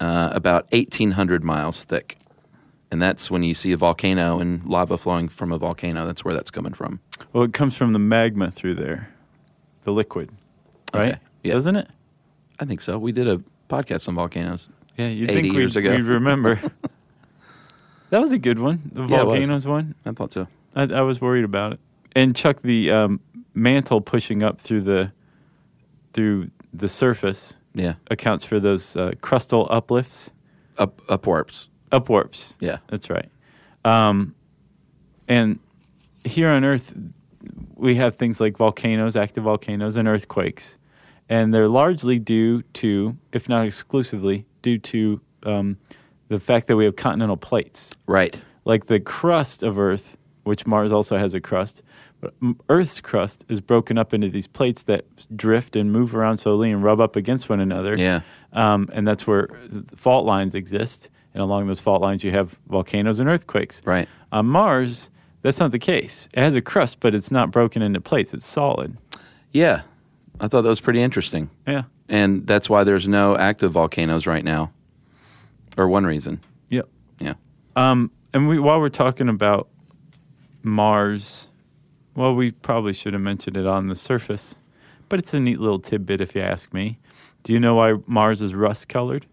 Speaker 1: uh, about 1,800 miles thick. And that's when you see a volcano and lava flowing from a volcano. That's where that's coming from.
Speaker 3: Well, it comes from the magma through there, the liquid, right?
Speaker 1: Okay. Yeah.
Speaker 3: Doesn't it?
Speaker 1: I think so. We did a podcast on volcanoes.
Speaker 3: Yeah, you
Speaker 1: 80
Speaker 3: think
Speaker 1: years
Speaker 3: we'd,
Speaker 1: ago.
Speaker 3: we'd remember. that was a good one. The
Speaker 1: Yeah, it was.
Speaker 3: volcanoes one.
Speaker 1: I thought so.
Speaker 3: I, I was worried about it. And Chuck, the um, mantle pushing up through the through the surface
Speaker 1: Yeah.
Speaker 3: accounts for those uh, crustal uplifts,
Speaker 1: Up, upwards.
Speaker 3: upwarps.
Speaker 1: Yeah.
Speaker 3: that's right. Um, and here on Earth, we have things like volcanoes, active volcanoes, and earthquakes, and they're largely due to, if not exclusively, due to um, the fact that we have continental plates
Speaker 1: Right.
Speaker 3: like the crust of Earth, which Mars also has a crust, but m- Earth's crust is broken up into these plates that drift and move around slowly and rub up against one another.
Speaker 1: Yeah.
Speaker 3: Um, and that's where th- fault lines exist. And along those fault lines, you have volcanoes and earthquakes.
Speaker 1: Right.
Speaker 3: On Mars, that's not the case. It has a crust, but it's not broken into plates. It's solid.
Speaker 1: Yeah. I thought that was pretty interesting.
Speaker 3: Yeah.
Speaker 1: And that's why there's no active volcanoes right now, or one reason.
Speaker 3: Yep.
Speaker 1: Yeah.
Speaker 3: Um, and we, while we're talking about Mars, well, we probably should have mentioned it on the surface, but it's a neat little tidbit if you ask me. Do you know why Mars is rust colored?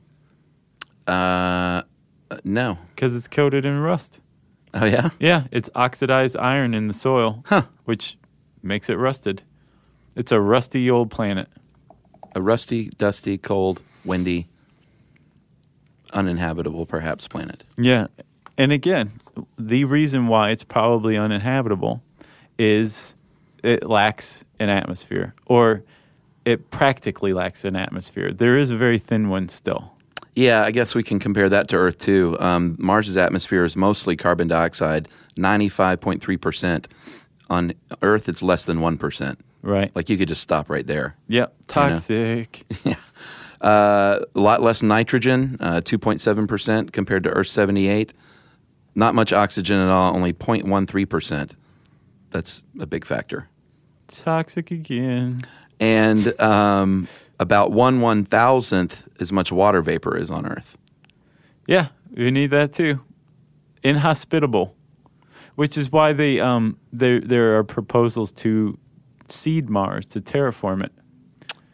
Speaker 1: Uh, uh, no.
Speaker 3: Because it's coated in rust.
Speaker 1: Oh, yeah?
Speaker 3: Yeah, it's oxidized iron in the soil, which makes it rusted. It's a rusty old planet.
Speaker 1: A rusty, dusty, cold, windy, uninhabitable, perhaps, planet.
Speaker 3: Yeah. And again, the reason why it's probably uninhabitable is it lacks an atmosphere or it practically lacks an atmosphere. There is a very thin one still.
Speaker 1: Yeah, I guess we can compare that to Earth, too. Um, Mars's atmosphere is mostly carbon dioxide, 95.3%. On Earth, it's less than 1%.
Speaker 3: Right.
Speaker 1: Like you could just stop right there.
Speaker 3: yep. Toxic.
Speaker 1: Uh, a lot less nitrogen, uh, 2.7% compared to Earth 78. Not much oxygen at all, only 0.13%. That's a big factor.
Speaker 3: Toxic again.
Speaker 1: And um, about one one thousandth as much water vapor is on Earth.
Speaker 3: Yeah, we need that too. Inhospitable, which is why they um there there are proposals to seed Mars to terraform it.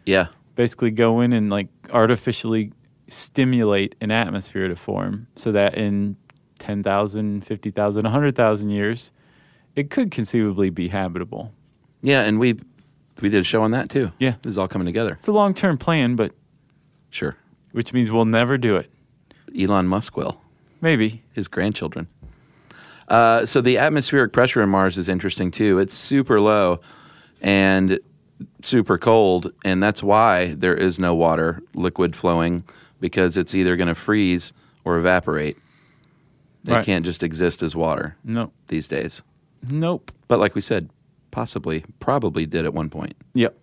Speaker 1: Yeah.
Speaker 3: basically go in and like artificially stimulate an atmosphere to form so that in 10,000, 50,000, 100,000 years, it could conceivably be habitable.
Speaker 1: Yeah, and we we did a show on that too.
Speaker 3: Yeah.
Speaker 1: This is all coming together.
Speaker 3: It's a long term plan, but
Speaker 1: Sure.
Speaker 3: which means we'll never do it.
Speaker 1: Elon Musk will.
Speaker 3: Maybe.
Speaker 1: his grandchildren. Uh, so the atmospheric pressure in Mars is interesting too. It's super low and super cold, and that's why there is no water liquid flowing because it's either going to freeze or evaporate. It
Speaker 3: Right.
Speaker 1: can't just exist as water
Speaker 3: No.
Speaker 1: these days.
Speaker 3: Nope.
Speaker 1: But like we said, possibly, probably did at one point.
Speaker 3: Yep.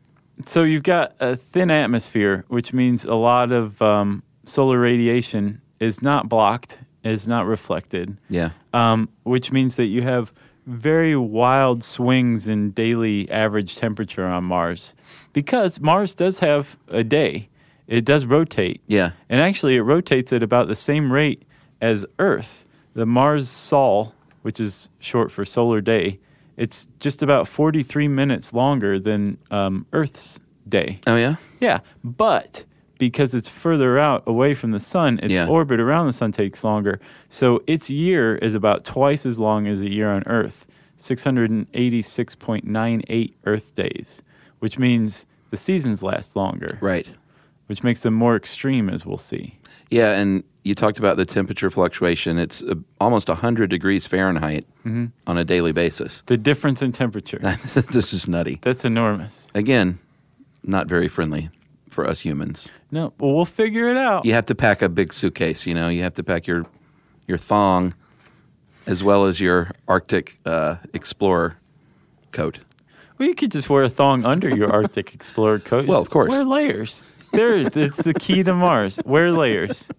Speaker 3: So you've got a thin atmosphere, which means a lot of um, solar radiation is not blocked, is not reflected,
Speaker 1: Yeah.
Speaker 3: um, which means that you have very wild swings in daily average temperature on Mars because Mars does have a day. It does rotate.
Speaker 1: Yeah.
Speaker 3: And actually, it rotates at about the same rate as Earth. The Mars Sol, which is short for solar day, it's just about 43 minutes longer than um, Earth's day.
Speaker 1: Oh yeah.
Speaker 3: Yeah, but because it's further out away from the sun, its
Speaker 1: Yeah.
Speaker 3: orbit around the sun takes longer. So its year is about twice as long as a year on Earth 686.98 Earth days, which means the seasons last longer,
Speaker 1: Right.
Speaker 3: which makes them more extreme, as we'll see.
Speaker 1: Yeah, and you talked about the temperature fluctuation. It's uh, almost 100 degrees Fahrenheit on a daily basis.
Speaker 3: The difference in temperature.
Speaker 1: this is just nutty.
Speaker 3: That's enormous.
Speaker 1: Again, not very friendly for us humans.
Speaker 3: No, well, we'll figure it out.
Speaker 1: You have to pack a big suitcase, you know. You have to pack your your thong as well as your Arctic uh, explorer coat.
Speaker 3: Well, you could just wear a thong under your Arctic Explorer coat.
Speaker 1: Well, of course.
Speaker 3: Wear layers. There, it's the key to Mars. Wear layers.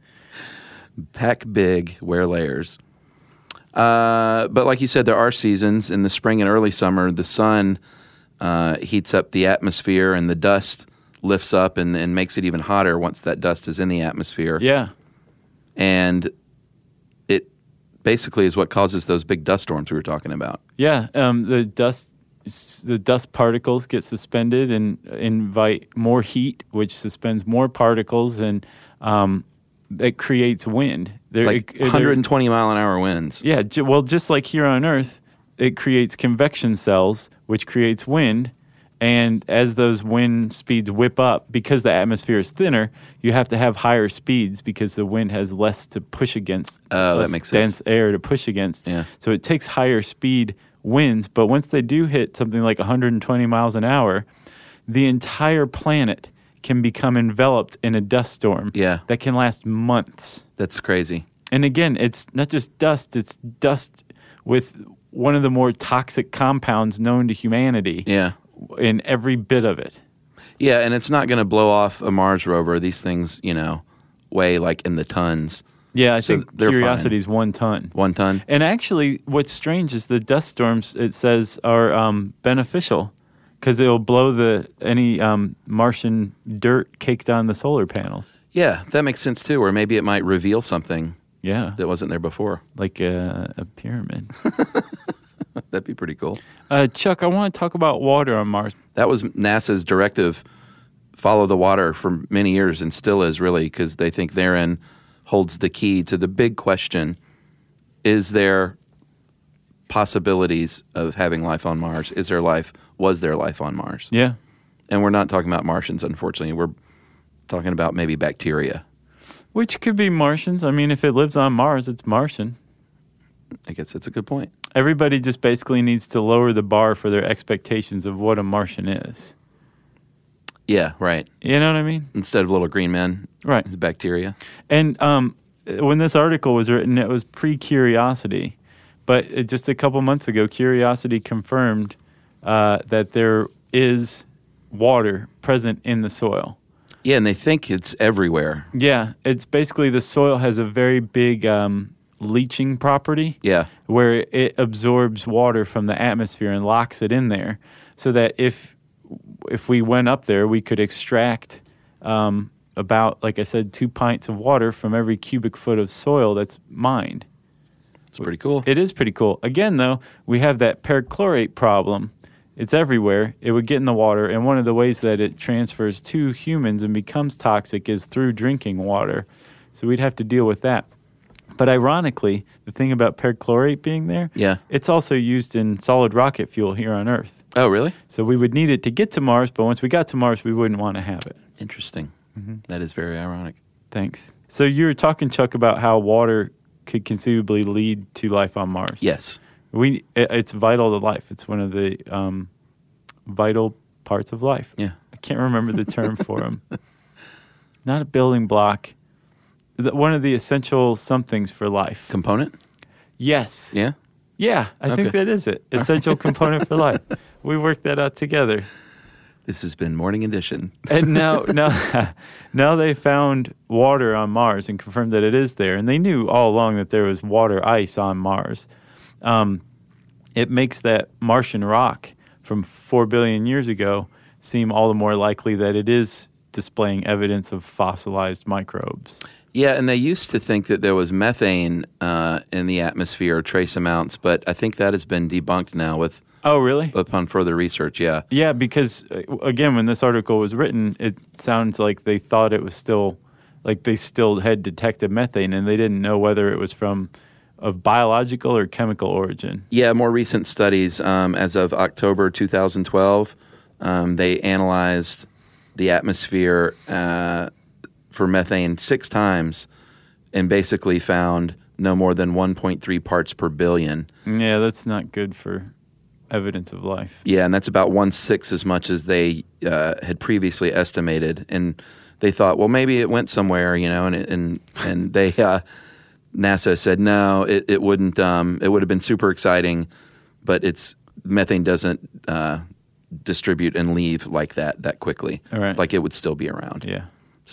Speaker 1: Pack big, wear layers. Uh, but like you said, there are seasons. In the spring and early summer, the sun uh, heats up the atmosphere and the dust lifts up and, and makes it even hotter once that dust is in the atmosphere.
Speaker 3: Yeah.
Speaker 1: And it basically is what causes those big dust storms we were talking about.
Speaker 3: Yeah, um, the dust the dust particles get suspended and invite more heat, which suspends more particles, and um, it creates wind. There,
Speaker 1: Like
Speaker 3: it- there-
Speaker 1: 120 mile an hour winds.
Speaker 3: yeah, ju- well, just like here on Earth, it creates convection cells, which creates wind. And as those wind speeds whip up, because the atmosphere is thinner, you have to have higher speeds because the wind has less to push against.
Speaker 1: Oh, that
Speaker 3: less
Speaker 1: makes sense.
Speaker 3: dense air to push against.
Speaker 1: Yeah.
Speaker 3: So it takes higher speed winds, but once they do hit something like 120 miles an hour, the entire planet can become enveloped in a dust storm.
Speaker 1: Yeah.
Speaker 3: That can last months.
Speaker 1: That's crazy.
Speaker 3: And again, it's not just dust, it's dust with one of the more toxic compounds known to humanity
Speaker 1: Yeah.
Speaker 3: in every bit of it.
Speaker 1: Yeah, and it's not going to blow off a Mars rover. These things, you know, weigh like in the tons.
Speaker 3: Yeah, I
Speaker 1: So
Speaker 3: think
Speaker 1: they're fine.
Speaker 3: Curiosity's one ton.
Speaker 1: One ton.
Speaker 3: And actually, what's strange is the dust storms. It says are um, beneficial because it'll blow the any um, Martian dirt caked on the solar panels.
Speaker 1: Yeah, that makes sense too. Or maybe it might reveal something
Speaker 3: Yeah,
Speaker 1: that wasn't there before.
Speaker 3: like a, a pyramid.
Speaker 1: That'd be pretty cool.
Speaker 3: uh, Chuck, I want to talk about water on Mars.
Speaker 1: That was NASA's directive follow the water for many years and still is really because they think therein holds the key to the big question is there possibilities of having life on Mars? Is there life? Was there life on Mars?
Speaker 3: Yeah,
Speaker 1: And we're not talking about Martians, unfortunately. We're talking about maybe bacteria.
Speaker 3: which could be Martians. I mean, if it lives on Mars, it's Martian.
Speaker 1: I guess that's a good point.
Speaker 3: Everybody just basically needs to lower the bar for their expectations of what a Martian is.
Speaker 1: Yeah, right.
Speaker 3: You know what I mean?
Speaker 1: Instead of little green men,
Speaker 3: Right.
Speaker 1: it's bacteria.
Speaker 3: And um, when this article was written, it was pre Curiosity. But uh, just a couple months ago, Curiosity confirmed uh, that there is water present in the soil.
Speaker 1: Yeah, and they think it's everywhere.
Speaker 3: Yeah, it's basically the soil has a very big um, leaching property.
Speaker 1: Yeah.
Speaker 3: where it absorbs water from the atmosphere and locks it in there, so that if if we went up there, we could extract um, about, like I said, two pints of water from every cubic foot of soil that's mined.
Speaker 1: It's pretty cool.
Speaker 3: It is pretty cool. Again, though, we have that perchlorate problem. It's everywhere. It would get in the water, and one of the ways that it transfers to humans and becomes toxic is through drinking water. So we'd have to deal with that. But ironically, the thing about perchlorate being there,
Speaker 1: Yeah.
Speaker 3: it's also used in solid rocket fuel here on Earth.
Speaker 1: oh, really?
Speaker 3: So we would need it to get to Mars, but once we got to Mars, we wouldn't want to have it.
Speaker 1: Interesting. That is very ironic.
Speaker 3: Thanks. So you were talking, Chuck, about how water could conceivably lead to life on Mars.
Speaker 1: Yes.
Speaker 3: we it, it's vital to life it's one of the um, vital parts of life
Speaker 1: Yeah.
Speaker 3: i can't remember the term for them not a building block The- one of the essential somethings for life
Speaker 1: Component?
Speaker 3: yes
Speaker 1: Yeah.
Speaker 3: Yeah, I think
Speaker 1: Okay.
Speaker 3: that is it. Essential component for life. We worked that out together.
Speaker 1: This has been Morning Edition.
Speaker 3: and now now now they found water on Mars and confirmed that it is there. And they knew all along that there was water ice on Mars. Um, it makes that Martian rock from four billion years ago seem all the more likely that it is displaying evidence of fossilized microbes.
Speaker 1: Yeah, and they used to think that there was methane uh, in the atmosphere, or trace amounts, but I think that has been debunked now with
Speaker 3: Oh, really?
Speaker 1: upon further research. Yeah,
Speaker 3: Yeah, because uh, again, when this article was written, it sounds like they thought it was still, like they still had detected methane, and they didn't know whether it was from of biological or chemical origin.
Speaker 1: yeah. More recent studies, um, as of October 2012, um, they analyzed the atmosphere uh, for methane six times, and basically found no more than 1.3 parts per billion.
Speaker 3: Yeah, that's not good for evidence of life.
Speaker 1: Yeah, and that's about one sixth as much as they uh, had previously estimated, and they thought, well, maybe it went somewhere, you know, and it- and and they uh, NASA said no, it it wouldn't. Um, it would have been super exciting, but it's methane doesn't uh, distribute and leave like that that quickly.
Speaker 3: All right.
Speaker 1: like it would still be around.
Speaker 3: Yeah.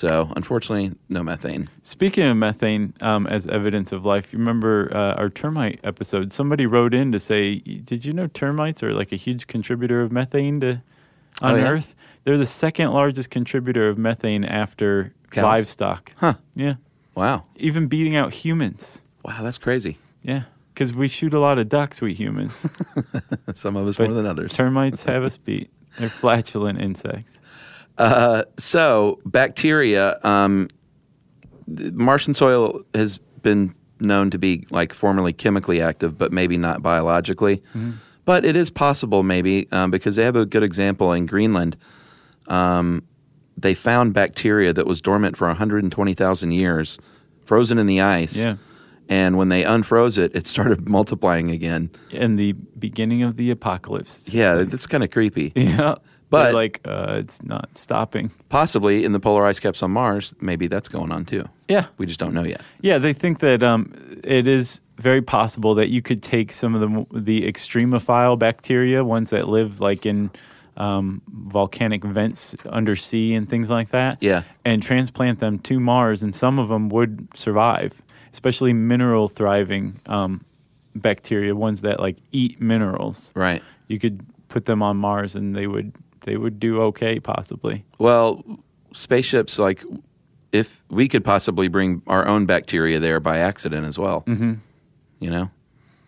Speaker 1: So unfortunately, no methane.
Speaker 3: Speaking of methane um, as evidence of life, you remember uh, our termite episode? Somebody wrote in to say, "Did you know termites are like a huge contributor of methane to on
Speaker 1: Oh, yeah?
Speaker 3: Earth? They're the second largest contributor of methane after
Speaker 1: Cows?
Speaker 3: livestock.
Speaker 1: Huh.
Speaker 3: Yeah,
Speaker 1: Wow,
Speaker 3: even beating out humans.
Speaker 1: wow, that's crazy.
Speaker 3: Yeah, because we shoot a lot of ducks, we humans.
Speaker 1: Some of us
Speaker 3: But
Speaker 1: more than others.
Speaker 3: Termites have us beat. They're flatulent insects.
Speaker 1: so bacteria um, the martian soil has been known to be like formerly chemically active but maybe not biologically
Speaker 3: Mm-hmm.
Speaker 1: but it is possible maybe um, because they have a good example in greenland um, they found bacteria that was dormant for 120000 years frozen in the ice
Speaker 3: Yeah.
Speaker 1: and when they unfroze it it started multiplying again
Speaker 3: In the beginning of the apocalypse.
Speaker 1: yeah that's kind of creepy
Speaker 3: Yeah.
Speaker 1: But-
Speaker 3: They're like, uh, it's not stopping.
Speaker 1: possibly in the polar ice caps on mars maybe that's going on too
Speaker 3: Yeah.
Speaker 1: we just don't know yet
Speaker 3: Yeah, they think that um, it is very possible that you could take some of the mo- the extremophile bacteria, ones that live like in um, volcanic vents undersea and things like that,
Speaker 1: Yeah.
Speaker 3: and transplant them to Mars, and some of them would survive, especially mineral thriving um, bacteria, ones that like eat minerals.
Speaker 1: right
Speaker 3: You could put them on Mars, and they would they would do okay, possibly.
Speaker 1: Well, spaceships, like, if we could possibly bring our own bacteria there by accident as well. Mm-hmm. You know?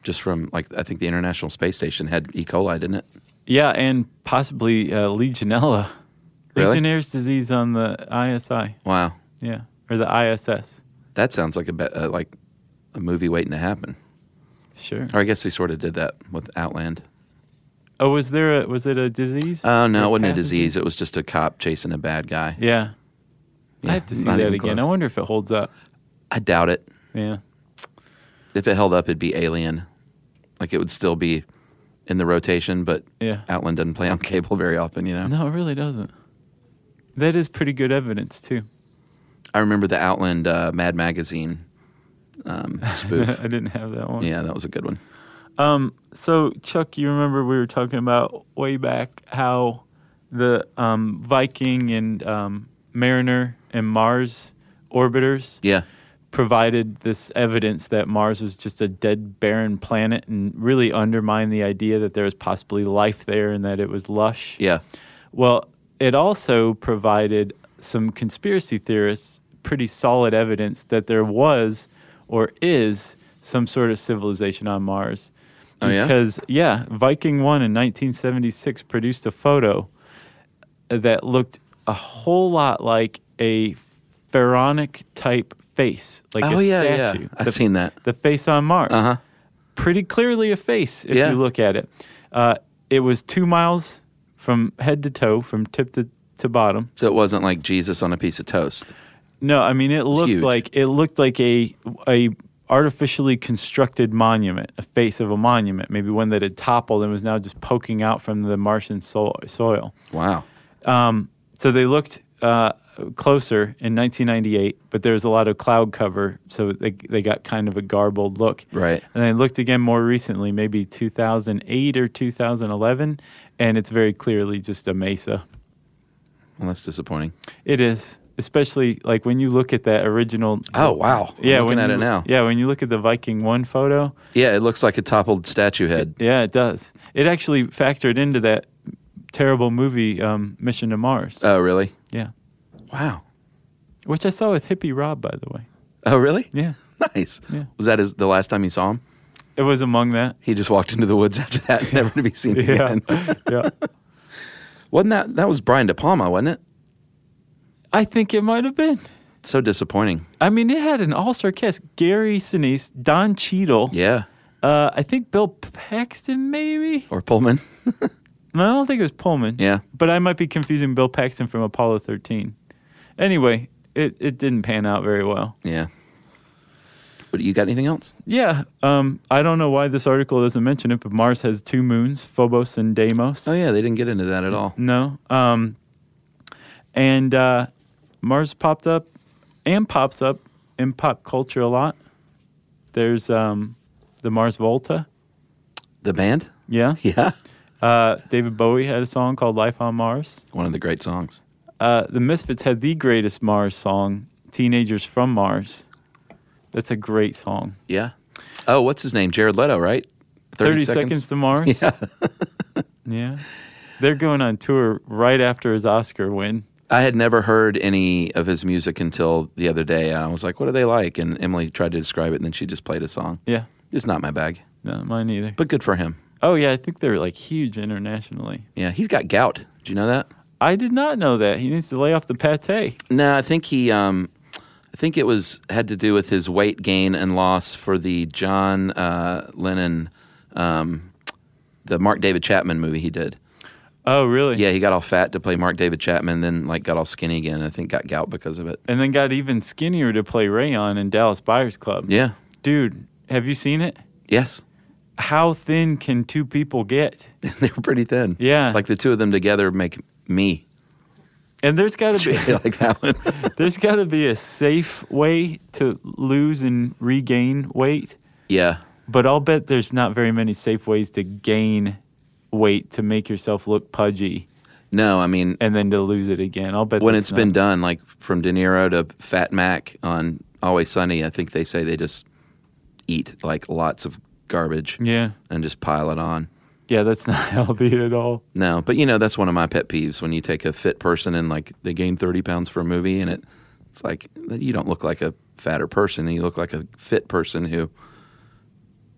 Speaker 1: Just from, like, I think the International Space Station had E. coli, didn't it?
Speaker 3: Yeah, and possibly uh, Legionella.
Speaker 1: Really?
Speaker 3: Legionnaire's disease on the ISI.
Speaker 1: Wow.
Speaker 3: Yeah, or the ISS.
Speaker 1: That sounds like a, be- uh, like a movie waiting to happen.
Speaker 3: Sure.
Speaker 1: Or I guess they sort of did that with Outland.
Speaker 3: Oh, was there a was it a disease?
Speaker 1: Oh, no,
Speaker 3: Or
Speaker 1: it wasn't a
Speaker 3: pathogen?
Speaker 1: disease. It was just a cop chasing a bad guy.
Speaker 3: Yeah.
Speaker 1: Yeah,
Speaker 3: I have to see
Speaker 1: not
Speaker 3: that
Speaker 1: even
Speaker 3: again.
Speaker 1: close.
Speaker 3: I wonder if it holds up.
Speaker 1: I doubt it.
Speaker 3: Yeah.
Speaker 1: If it held up, it'd be Alien. Like, it would still be in the rotation, but
Speaker 3: Yeah.
Speaker 1: Outland doesn't play on cable very often, you know?
Speaker 3: No, it really doesn't. That is pretty good evidence too.
Speaker 1: I remember the Outland uh, Mad Magazine um,
Speaker 3: I
Speaker 1: spoof.
Speaker 3: didn't have that one.
Speaker 1: yeah, that was a good one.
Speaker 3: So, Chuck, you remember we were talking about way back how the um, Viking and um, Mariner and Mars orbiters
Speaker 1: Yeah,
Speaker 3: provided this evidence that Mars was just a dead, barren planet and really undermined the idea that there was possibly life there and that it was lush.
Speaker 1: yeah.
Speaker 3: Well, it also provided some conspiracy theorists pretty solid evidence that there was or is some sort of civilization on Mars.
Speaker 1: Oh, yeah?
Speaker 3: Because, yeah, Viking 1 in 1976 produced a photo that looked a whole lot like a pharaonic type face, like
Speaker 1: oh
Speaker 3: a
Speaker 1: yeah,
Speaker 3: statue.
Speaker 1: yeah. I've
Speaker 3: The-
Speaker 1: seen that.
Speaker 3: the face on Mars.
Speaker 1: Uh-huh.
Speaker 3: Pretty clearly a face if
Speaker 1: Yeah.
Speaker 3: you look at it. Uh, it was two miles from head to toe, from tip to, to bottom.
Speaker 1: So it wasn't like Jesus on a piece of toast.
Speaker 3: No, I mean it looked
Speaker 1: huge.
Speaker 3: like it looked like a a artificially constructed monument, a face of a monument, maybe one that had toppled and was now just poking out from the Martian so- soil.
Speaker 1: Wow.
Speaker 3: So they looked uh, closer in 1998, but there was a lot of cloud cover, so they they got kind of a garbled look.
Speaker 1: Right.
Speaker 3: And I looked again more recently, maybe 2008 or 2011, and it's very clearly just a mesa.
Speaker 1: Well, that's disappointing.
Speaker 3: It is, especially like when you look at that original.
Speaker 1: Oh wow! I'm
Speaker 3: yeah,
Speaker 1: looking
Speaker 3: when
Speaker 1: at
Speaker 3: you-
Speaker 1: it now. Yeah.
Speaker 3: Yeah, when you look at the Viking One photo,
Speaker 1: it looks like a toppled statue head.
Speaker 3: yeah, it does. It actually factored into that terrible movie um, Mission to Mars.
Speaker 1: Oh really?
Speaker 3: yeah,
Speaker 1: Wow.
Speaker 3: which I saw with Hippie Rob, by the way.
Speaker 1: Oh really?
Speaker 3: Yeah,
Speaker 1: Nice.
Speaker 3: Yeah.
Speaker 1: Was that his, the last time you saw him?
Speaker 3: it was among that.
Speaker 1: He just walked into the woods after that, never to be seen
Speaker 3: Yeah,
Speaker 1: again.
Speaker 3: yeah.
Speaker 1: Wasn't that that was Brian De Palma, wasn't it?
Speaker 3: I think it might have been.
Speaker 1: So disappointing.
Speaker 3: I mean, it had an all-star cast: Gary Sinise, Don Cheadle.
Speaker 1: Yeah.
Speaker 3: Uh, I think Bill Paxton, maybe.
Speaker 1: Or Pullman.
Speaker 3: No, I don't think it was Pullman.
Speaker 1: Yeah.
Speaker 3: but I might be confusing Bill Paxton from Apollo 13. Anyway, it, it didn't pan out very well.
Speaker 1: Yeah. But you got anything else?
Speaker 3: Yeah, um, I don't know why this article doesn't mention it, but Mars has two moons, Phobos and Deimos.
Speaker 1: Oh yeah, they didn't get into that at all.
Speaker 3: No. Um, and uh, Mars popped up and pops up in pop culture a lot. There's um, the Mars Volta.
Speaker 1: The band?
Speaker 3: Yeah.
Speaker 1: Yeah.
Speaker 3: Uh, David Bowie had a song called Life on Mars.
Speaker 1: One of the great songs.
Speaker 3: uh, the Misfits had the greatest Mars song, "Teenagers from Mars." That's a great song.
Speaker 1: Yeah. Oh, what's his name? Jared Leto, right?
Speaker 3: Thirty, seconds. to Mars. Yeah. yeah, they're going on tour right after his Oscar win.
Speaker 1: I had never heard any of his music until the other day, and I was like, "What are they like?" And Emily tried to describe it, and then she just played a song.
Speaker 3: Yeah,
Speaker 1: It's not my bag,
Speaker 3: no, mine either.
Speaker 1: but good for him.
Speaker 3: oh yeah, I think they're like huge internationally.
Speaker 1: Yeah, he's got gout. Do you know that?
Speaker 3: I did not know that. He needs to lay off the pate.
Speaker 1: No, I think he. Um, I think it was had to do with his weight gain and loss for the John uh, Lennon, um, the Mark David Chapman movie he did.
Speaker 3: Oh really?
Speaker 1: Yeah, he got all fat to play Mark David Chapman, then like got all skinny again. I think got gout because of it.
Speaker 3: And then got even skinnier to play Rayon in Dallas Buyers Club.
Speaker 1: Yeah.
Speaker 3: Dude, have you seen it?
Speaker 1: Yes.
Speaker 3: How thin can two people get?
Speaker 1: they were pretty thin.
Speaker 3: Yeah.
Speaker 1: Like the two of them together make me
Speaker 3: And there's got to be
Speaker 1: like that one.
Speaker 3: There's got to be a safe way to lose and regain weight,
Speaker 1: yeah.
Speaker 3: but I'll bet there's not very many safe ways to gain weight to make yourself look pudgy
Speaker 1: No, I mean
Speaker 3: and then to lose it again. I'll bet
Speaker 1: when
Speaker 3: that's
Speaker 1: it's been
Speaker 3: not-
Speaker 1: done, like from De Niro to Fat Mac on Always Sunny, I think they say they just eat like lots of garbage
Speaker 3: Yeah,
Speaker 1: and just pile it on.
Speaker 3: yeah, that's not healthy at all.
Speaker 1: No, but you know that's one of my pet peeves when you take a fit person and like they gain thirty pounds for a movie, and it it's like you don't look like a fatter person, you look like a fit person who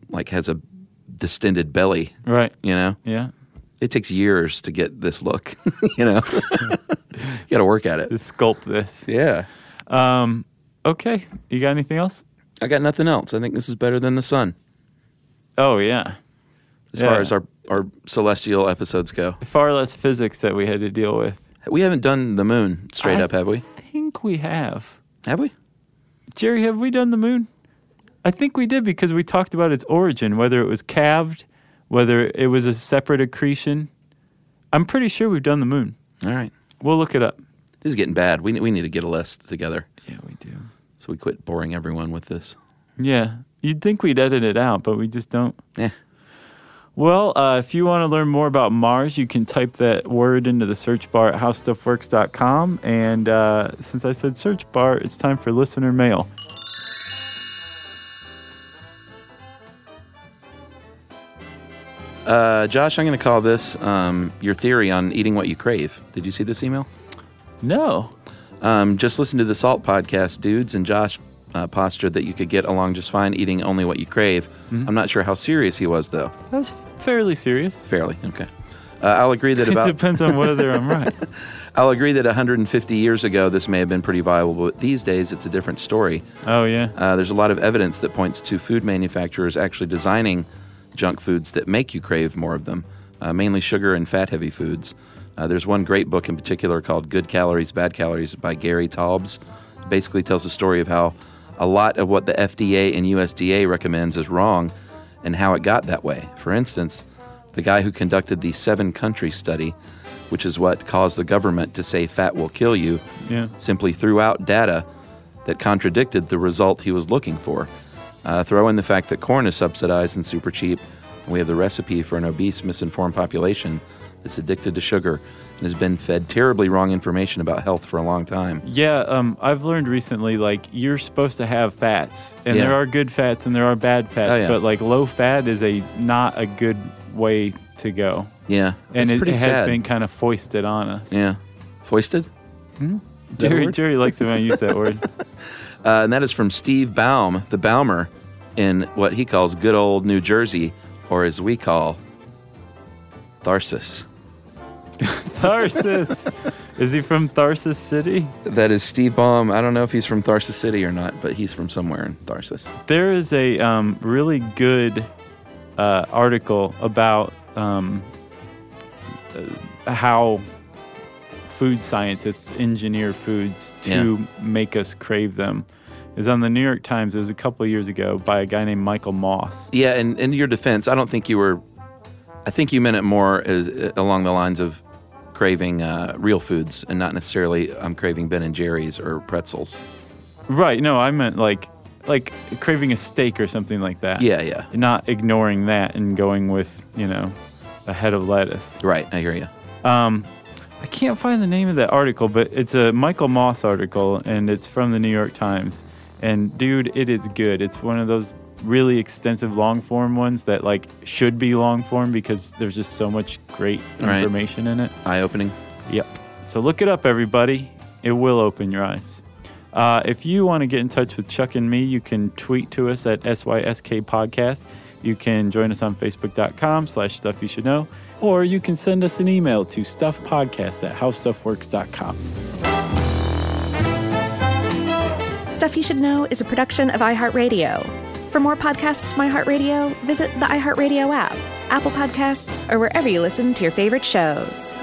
Speaker 1: like has a distended belly.
Speaker 3: Right?
Speaker 1: You know,
Speaker 3: Yeah,
Speaker 1: it takes years to get this look. you know, you got to work at
Speaker 3: to
Speaker 1: it.
Speaker 3: sculpt this.
Speaker 1: Yeah,
Speaker 3: Um, okay, you got anything else?
Speaker 1: I got nothing else. I think this is better than the sun
Speaker 3: Oh yeah,
Speaker 1: as
Speaker 3: Yeah.
Speaker 1: far as our our celestial episodes go.
Speaker 3: far less physics that we had to deal with.
Speaker 1: We haven't done the moon straight
Speaker 3: I-
Speaker 1: up, have we?
Speaker 3: I think we have.
Speaker 1: Have we?
Speaker 3: Jerry, have we done the moon? I think we did because we talked about its origin, whether it was calved, whether it was a separate accretion. I'm pretty sure we've done the moon.
Speaker 1: All right.
Speaker 3: We'll look it up.
Speaker 1: This is getting bad. We we need to get a list together.
Speaker 3: Yeah, we do.
Speaker 1: So we quit boring everyone with this.
Speaker 3: Yeah. You'd think we'd edit it out, but we just don't.
Speaker 1: Yeah.
Speaker 3: Well, uh, if you want to learn more about Mars, you can type that word into the search bar at howstuffworks.com. And uh, since I said search bar, it's time for listener mail.
Speaker 1: Uh, Josh, I'm going to call this um, your theory on eating what you crave. Did you see this email?
Speaker 3: No.
Speaker 1: Um, just listen to the Salt podcast, dudes, and Josh uh, postured that you could get along just fine eating only what you crave. I'm not sure how serious he was, though.
Speaker 3: That was fairly serious.
Speaker 1: Fairly. Okay. Uh, I'll agree that
Speaker 3: it
Speaker 1: about
Speaker 3: depends on whether I'm right.
Speaker 1: I'll agree that 150 years ago this may have been pretty viable, but these days it's a different story.
Speaker 3: Oh, yeah.
Speaker 1: Uh, there's a lot of evidence that points to food manufacturers actually designing junk foods that make you crave more of them, uh, mainly sugar and fat heavy foods. Uh, there's one great book in particular called Good Calories, Bad Calories by Gary Taubes. It basically tells the story of how a lot of what the FDA and USDA recommends is wrong and how it got that way. For instance, the guy who conducted the seven country study which is what caused the government to say fat will kill you,
Speaker 3: Yeah.
Speaker 1: simply threw out data that contradicted the result he was looking for. Uh, throw in the fact that corn is subsidized and super cheap, and we have the recipe for an obese, misinformed population that's addicted to sugar and has been fed terribly wrong information about health for a long time.
Speaker 3: Yeah, um, I've learned recently like you're supposed to have fats, and
Speaker 1: Yeah.
Speaker 3: there are good fats and there are bad fats,
Speaker 1: Oh, yeah.
Speaker 3: but like low fat is a not a good way to go,
Speaker 1: Yeah,
Speaker 3: and
Speaker 1: it's
Speaker 3: it,
Speaker 1: pretty
Speaker 3: it has
Speaker 1: sad.
Speaker 3: been kind of foisted on us.
Speaker 1: yeah, foisted. Is that a
Speaker 3: Jerry
Speaker 1: word?
Speaker 3: Jerry likes to when I use that word.
Speaker 1: Uh, and that is from Steve Baum, the Baumer, in what he calls good old New Jersey, or as we call Tharsis.
Speaker 3: Tharsis, is he from Tharsis City?
Speaker 1: That is Steve Baum. I don't know if he's from Tharsis City or not, but he's from somewhere in Tharsis.
Speaker 3: There is a um, really good uh, article about um, uh, how food scientists engineer foods to make us crave them. Is on the New York Times. It was a couple of years ago by a guy named Michael Moss.
Speaker 1: Yeah, and in your defense, I don't think you were. I think you meant it more as, uh, along the lines of craving uh, real foods and not necessarily I'm craving Ben and Jerry's or pretzels.
Speaker 3: Right? No, I meant like like craving a steak or something like that.
Speaker 1: Yeah, yeah.
Speaker 3: Not ignoring that and going with you know a head of lettuce.
Speaker 1: Right, I hear you.
Speaker 3: Um, I can't find the name of that article, but it's a Michael Moss article, and it's from the New York Times. And dude, it is good. It's one of those really extensive long form ones that like should be long form because there's just so much great
Speaker 1: Right.
Speaker 3: information in it.
Speaker 1: Eye opening.
Speaker 3: Yep. So look it up, everybody. It will open your eyes. Uh, if you want to get in touch with Chuck and me, you can tweet to us at SYSK Podcast. You can join us on Facebook.com slash Stuff You Should Know, or you can send us an email to stuffpodcast at howstuffworks.com.
Speaker 2: Stuff You Should Know is a production of iHeartRadio. For more podcasts from iHeartRadio, visit the iHeartRadio app, Apple Podcasts, or wherever you listen to your favorite shows.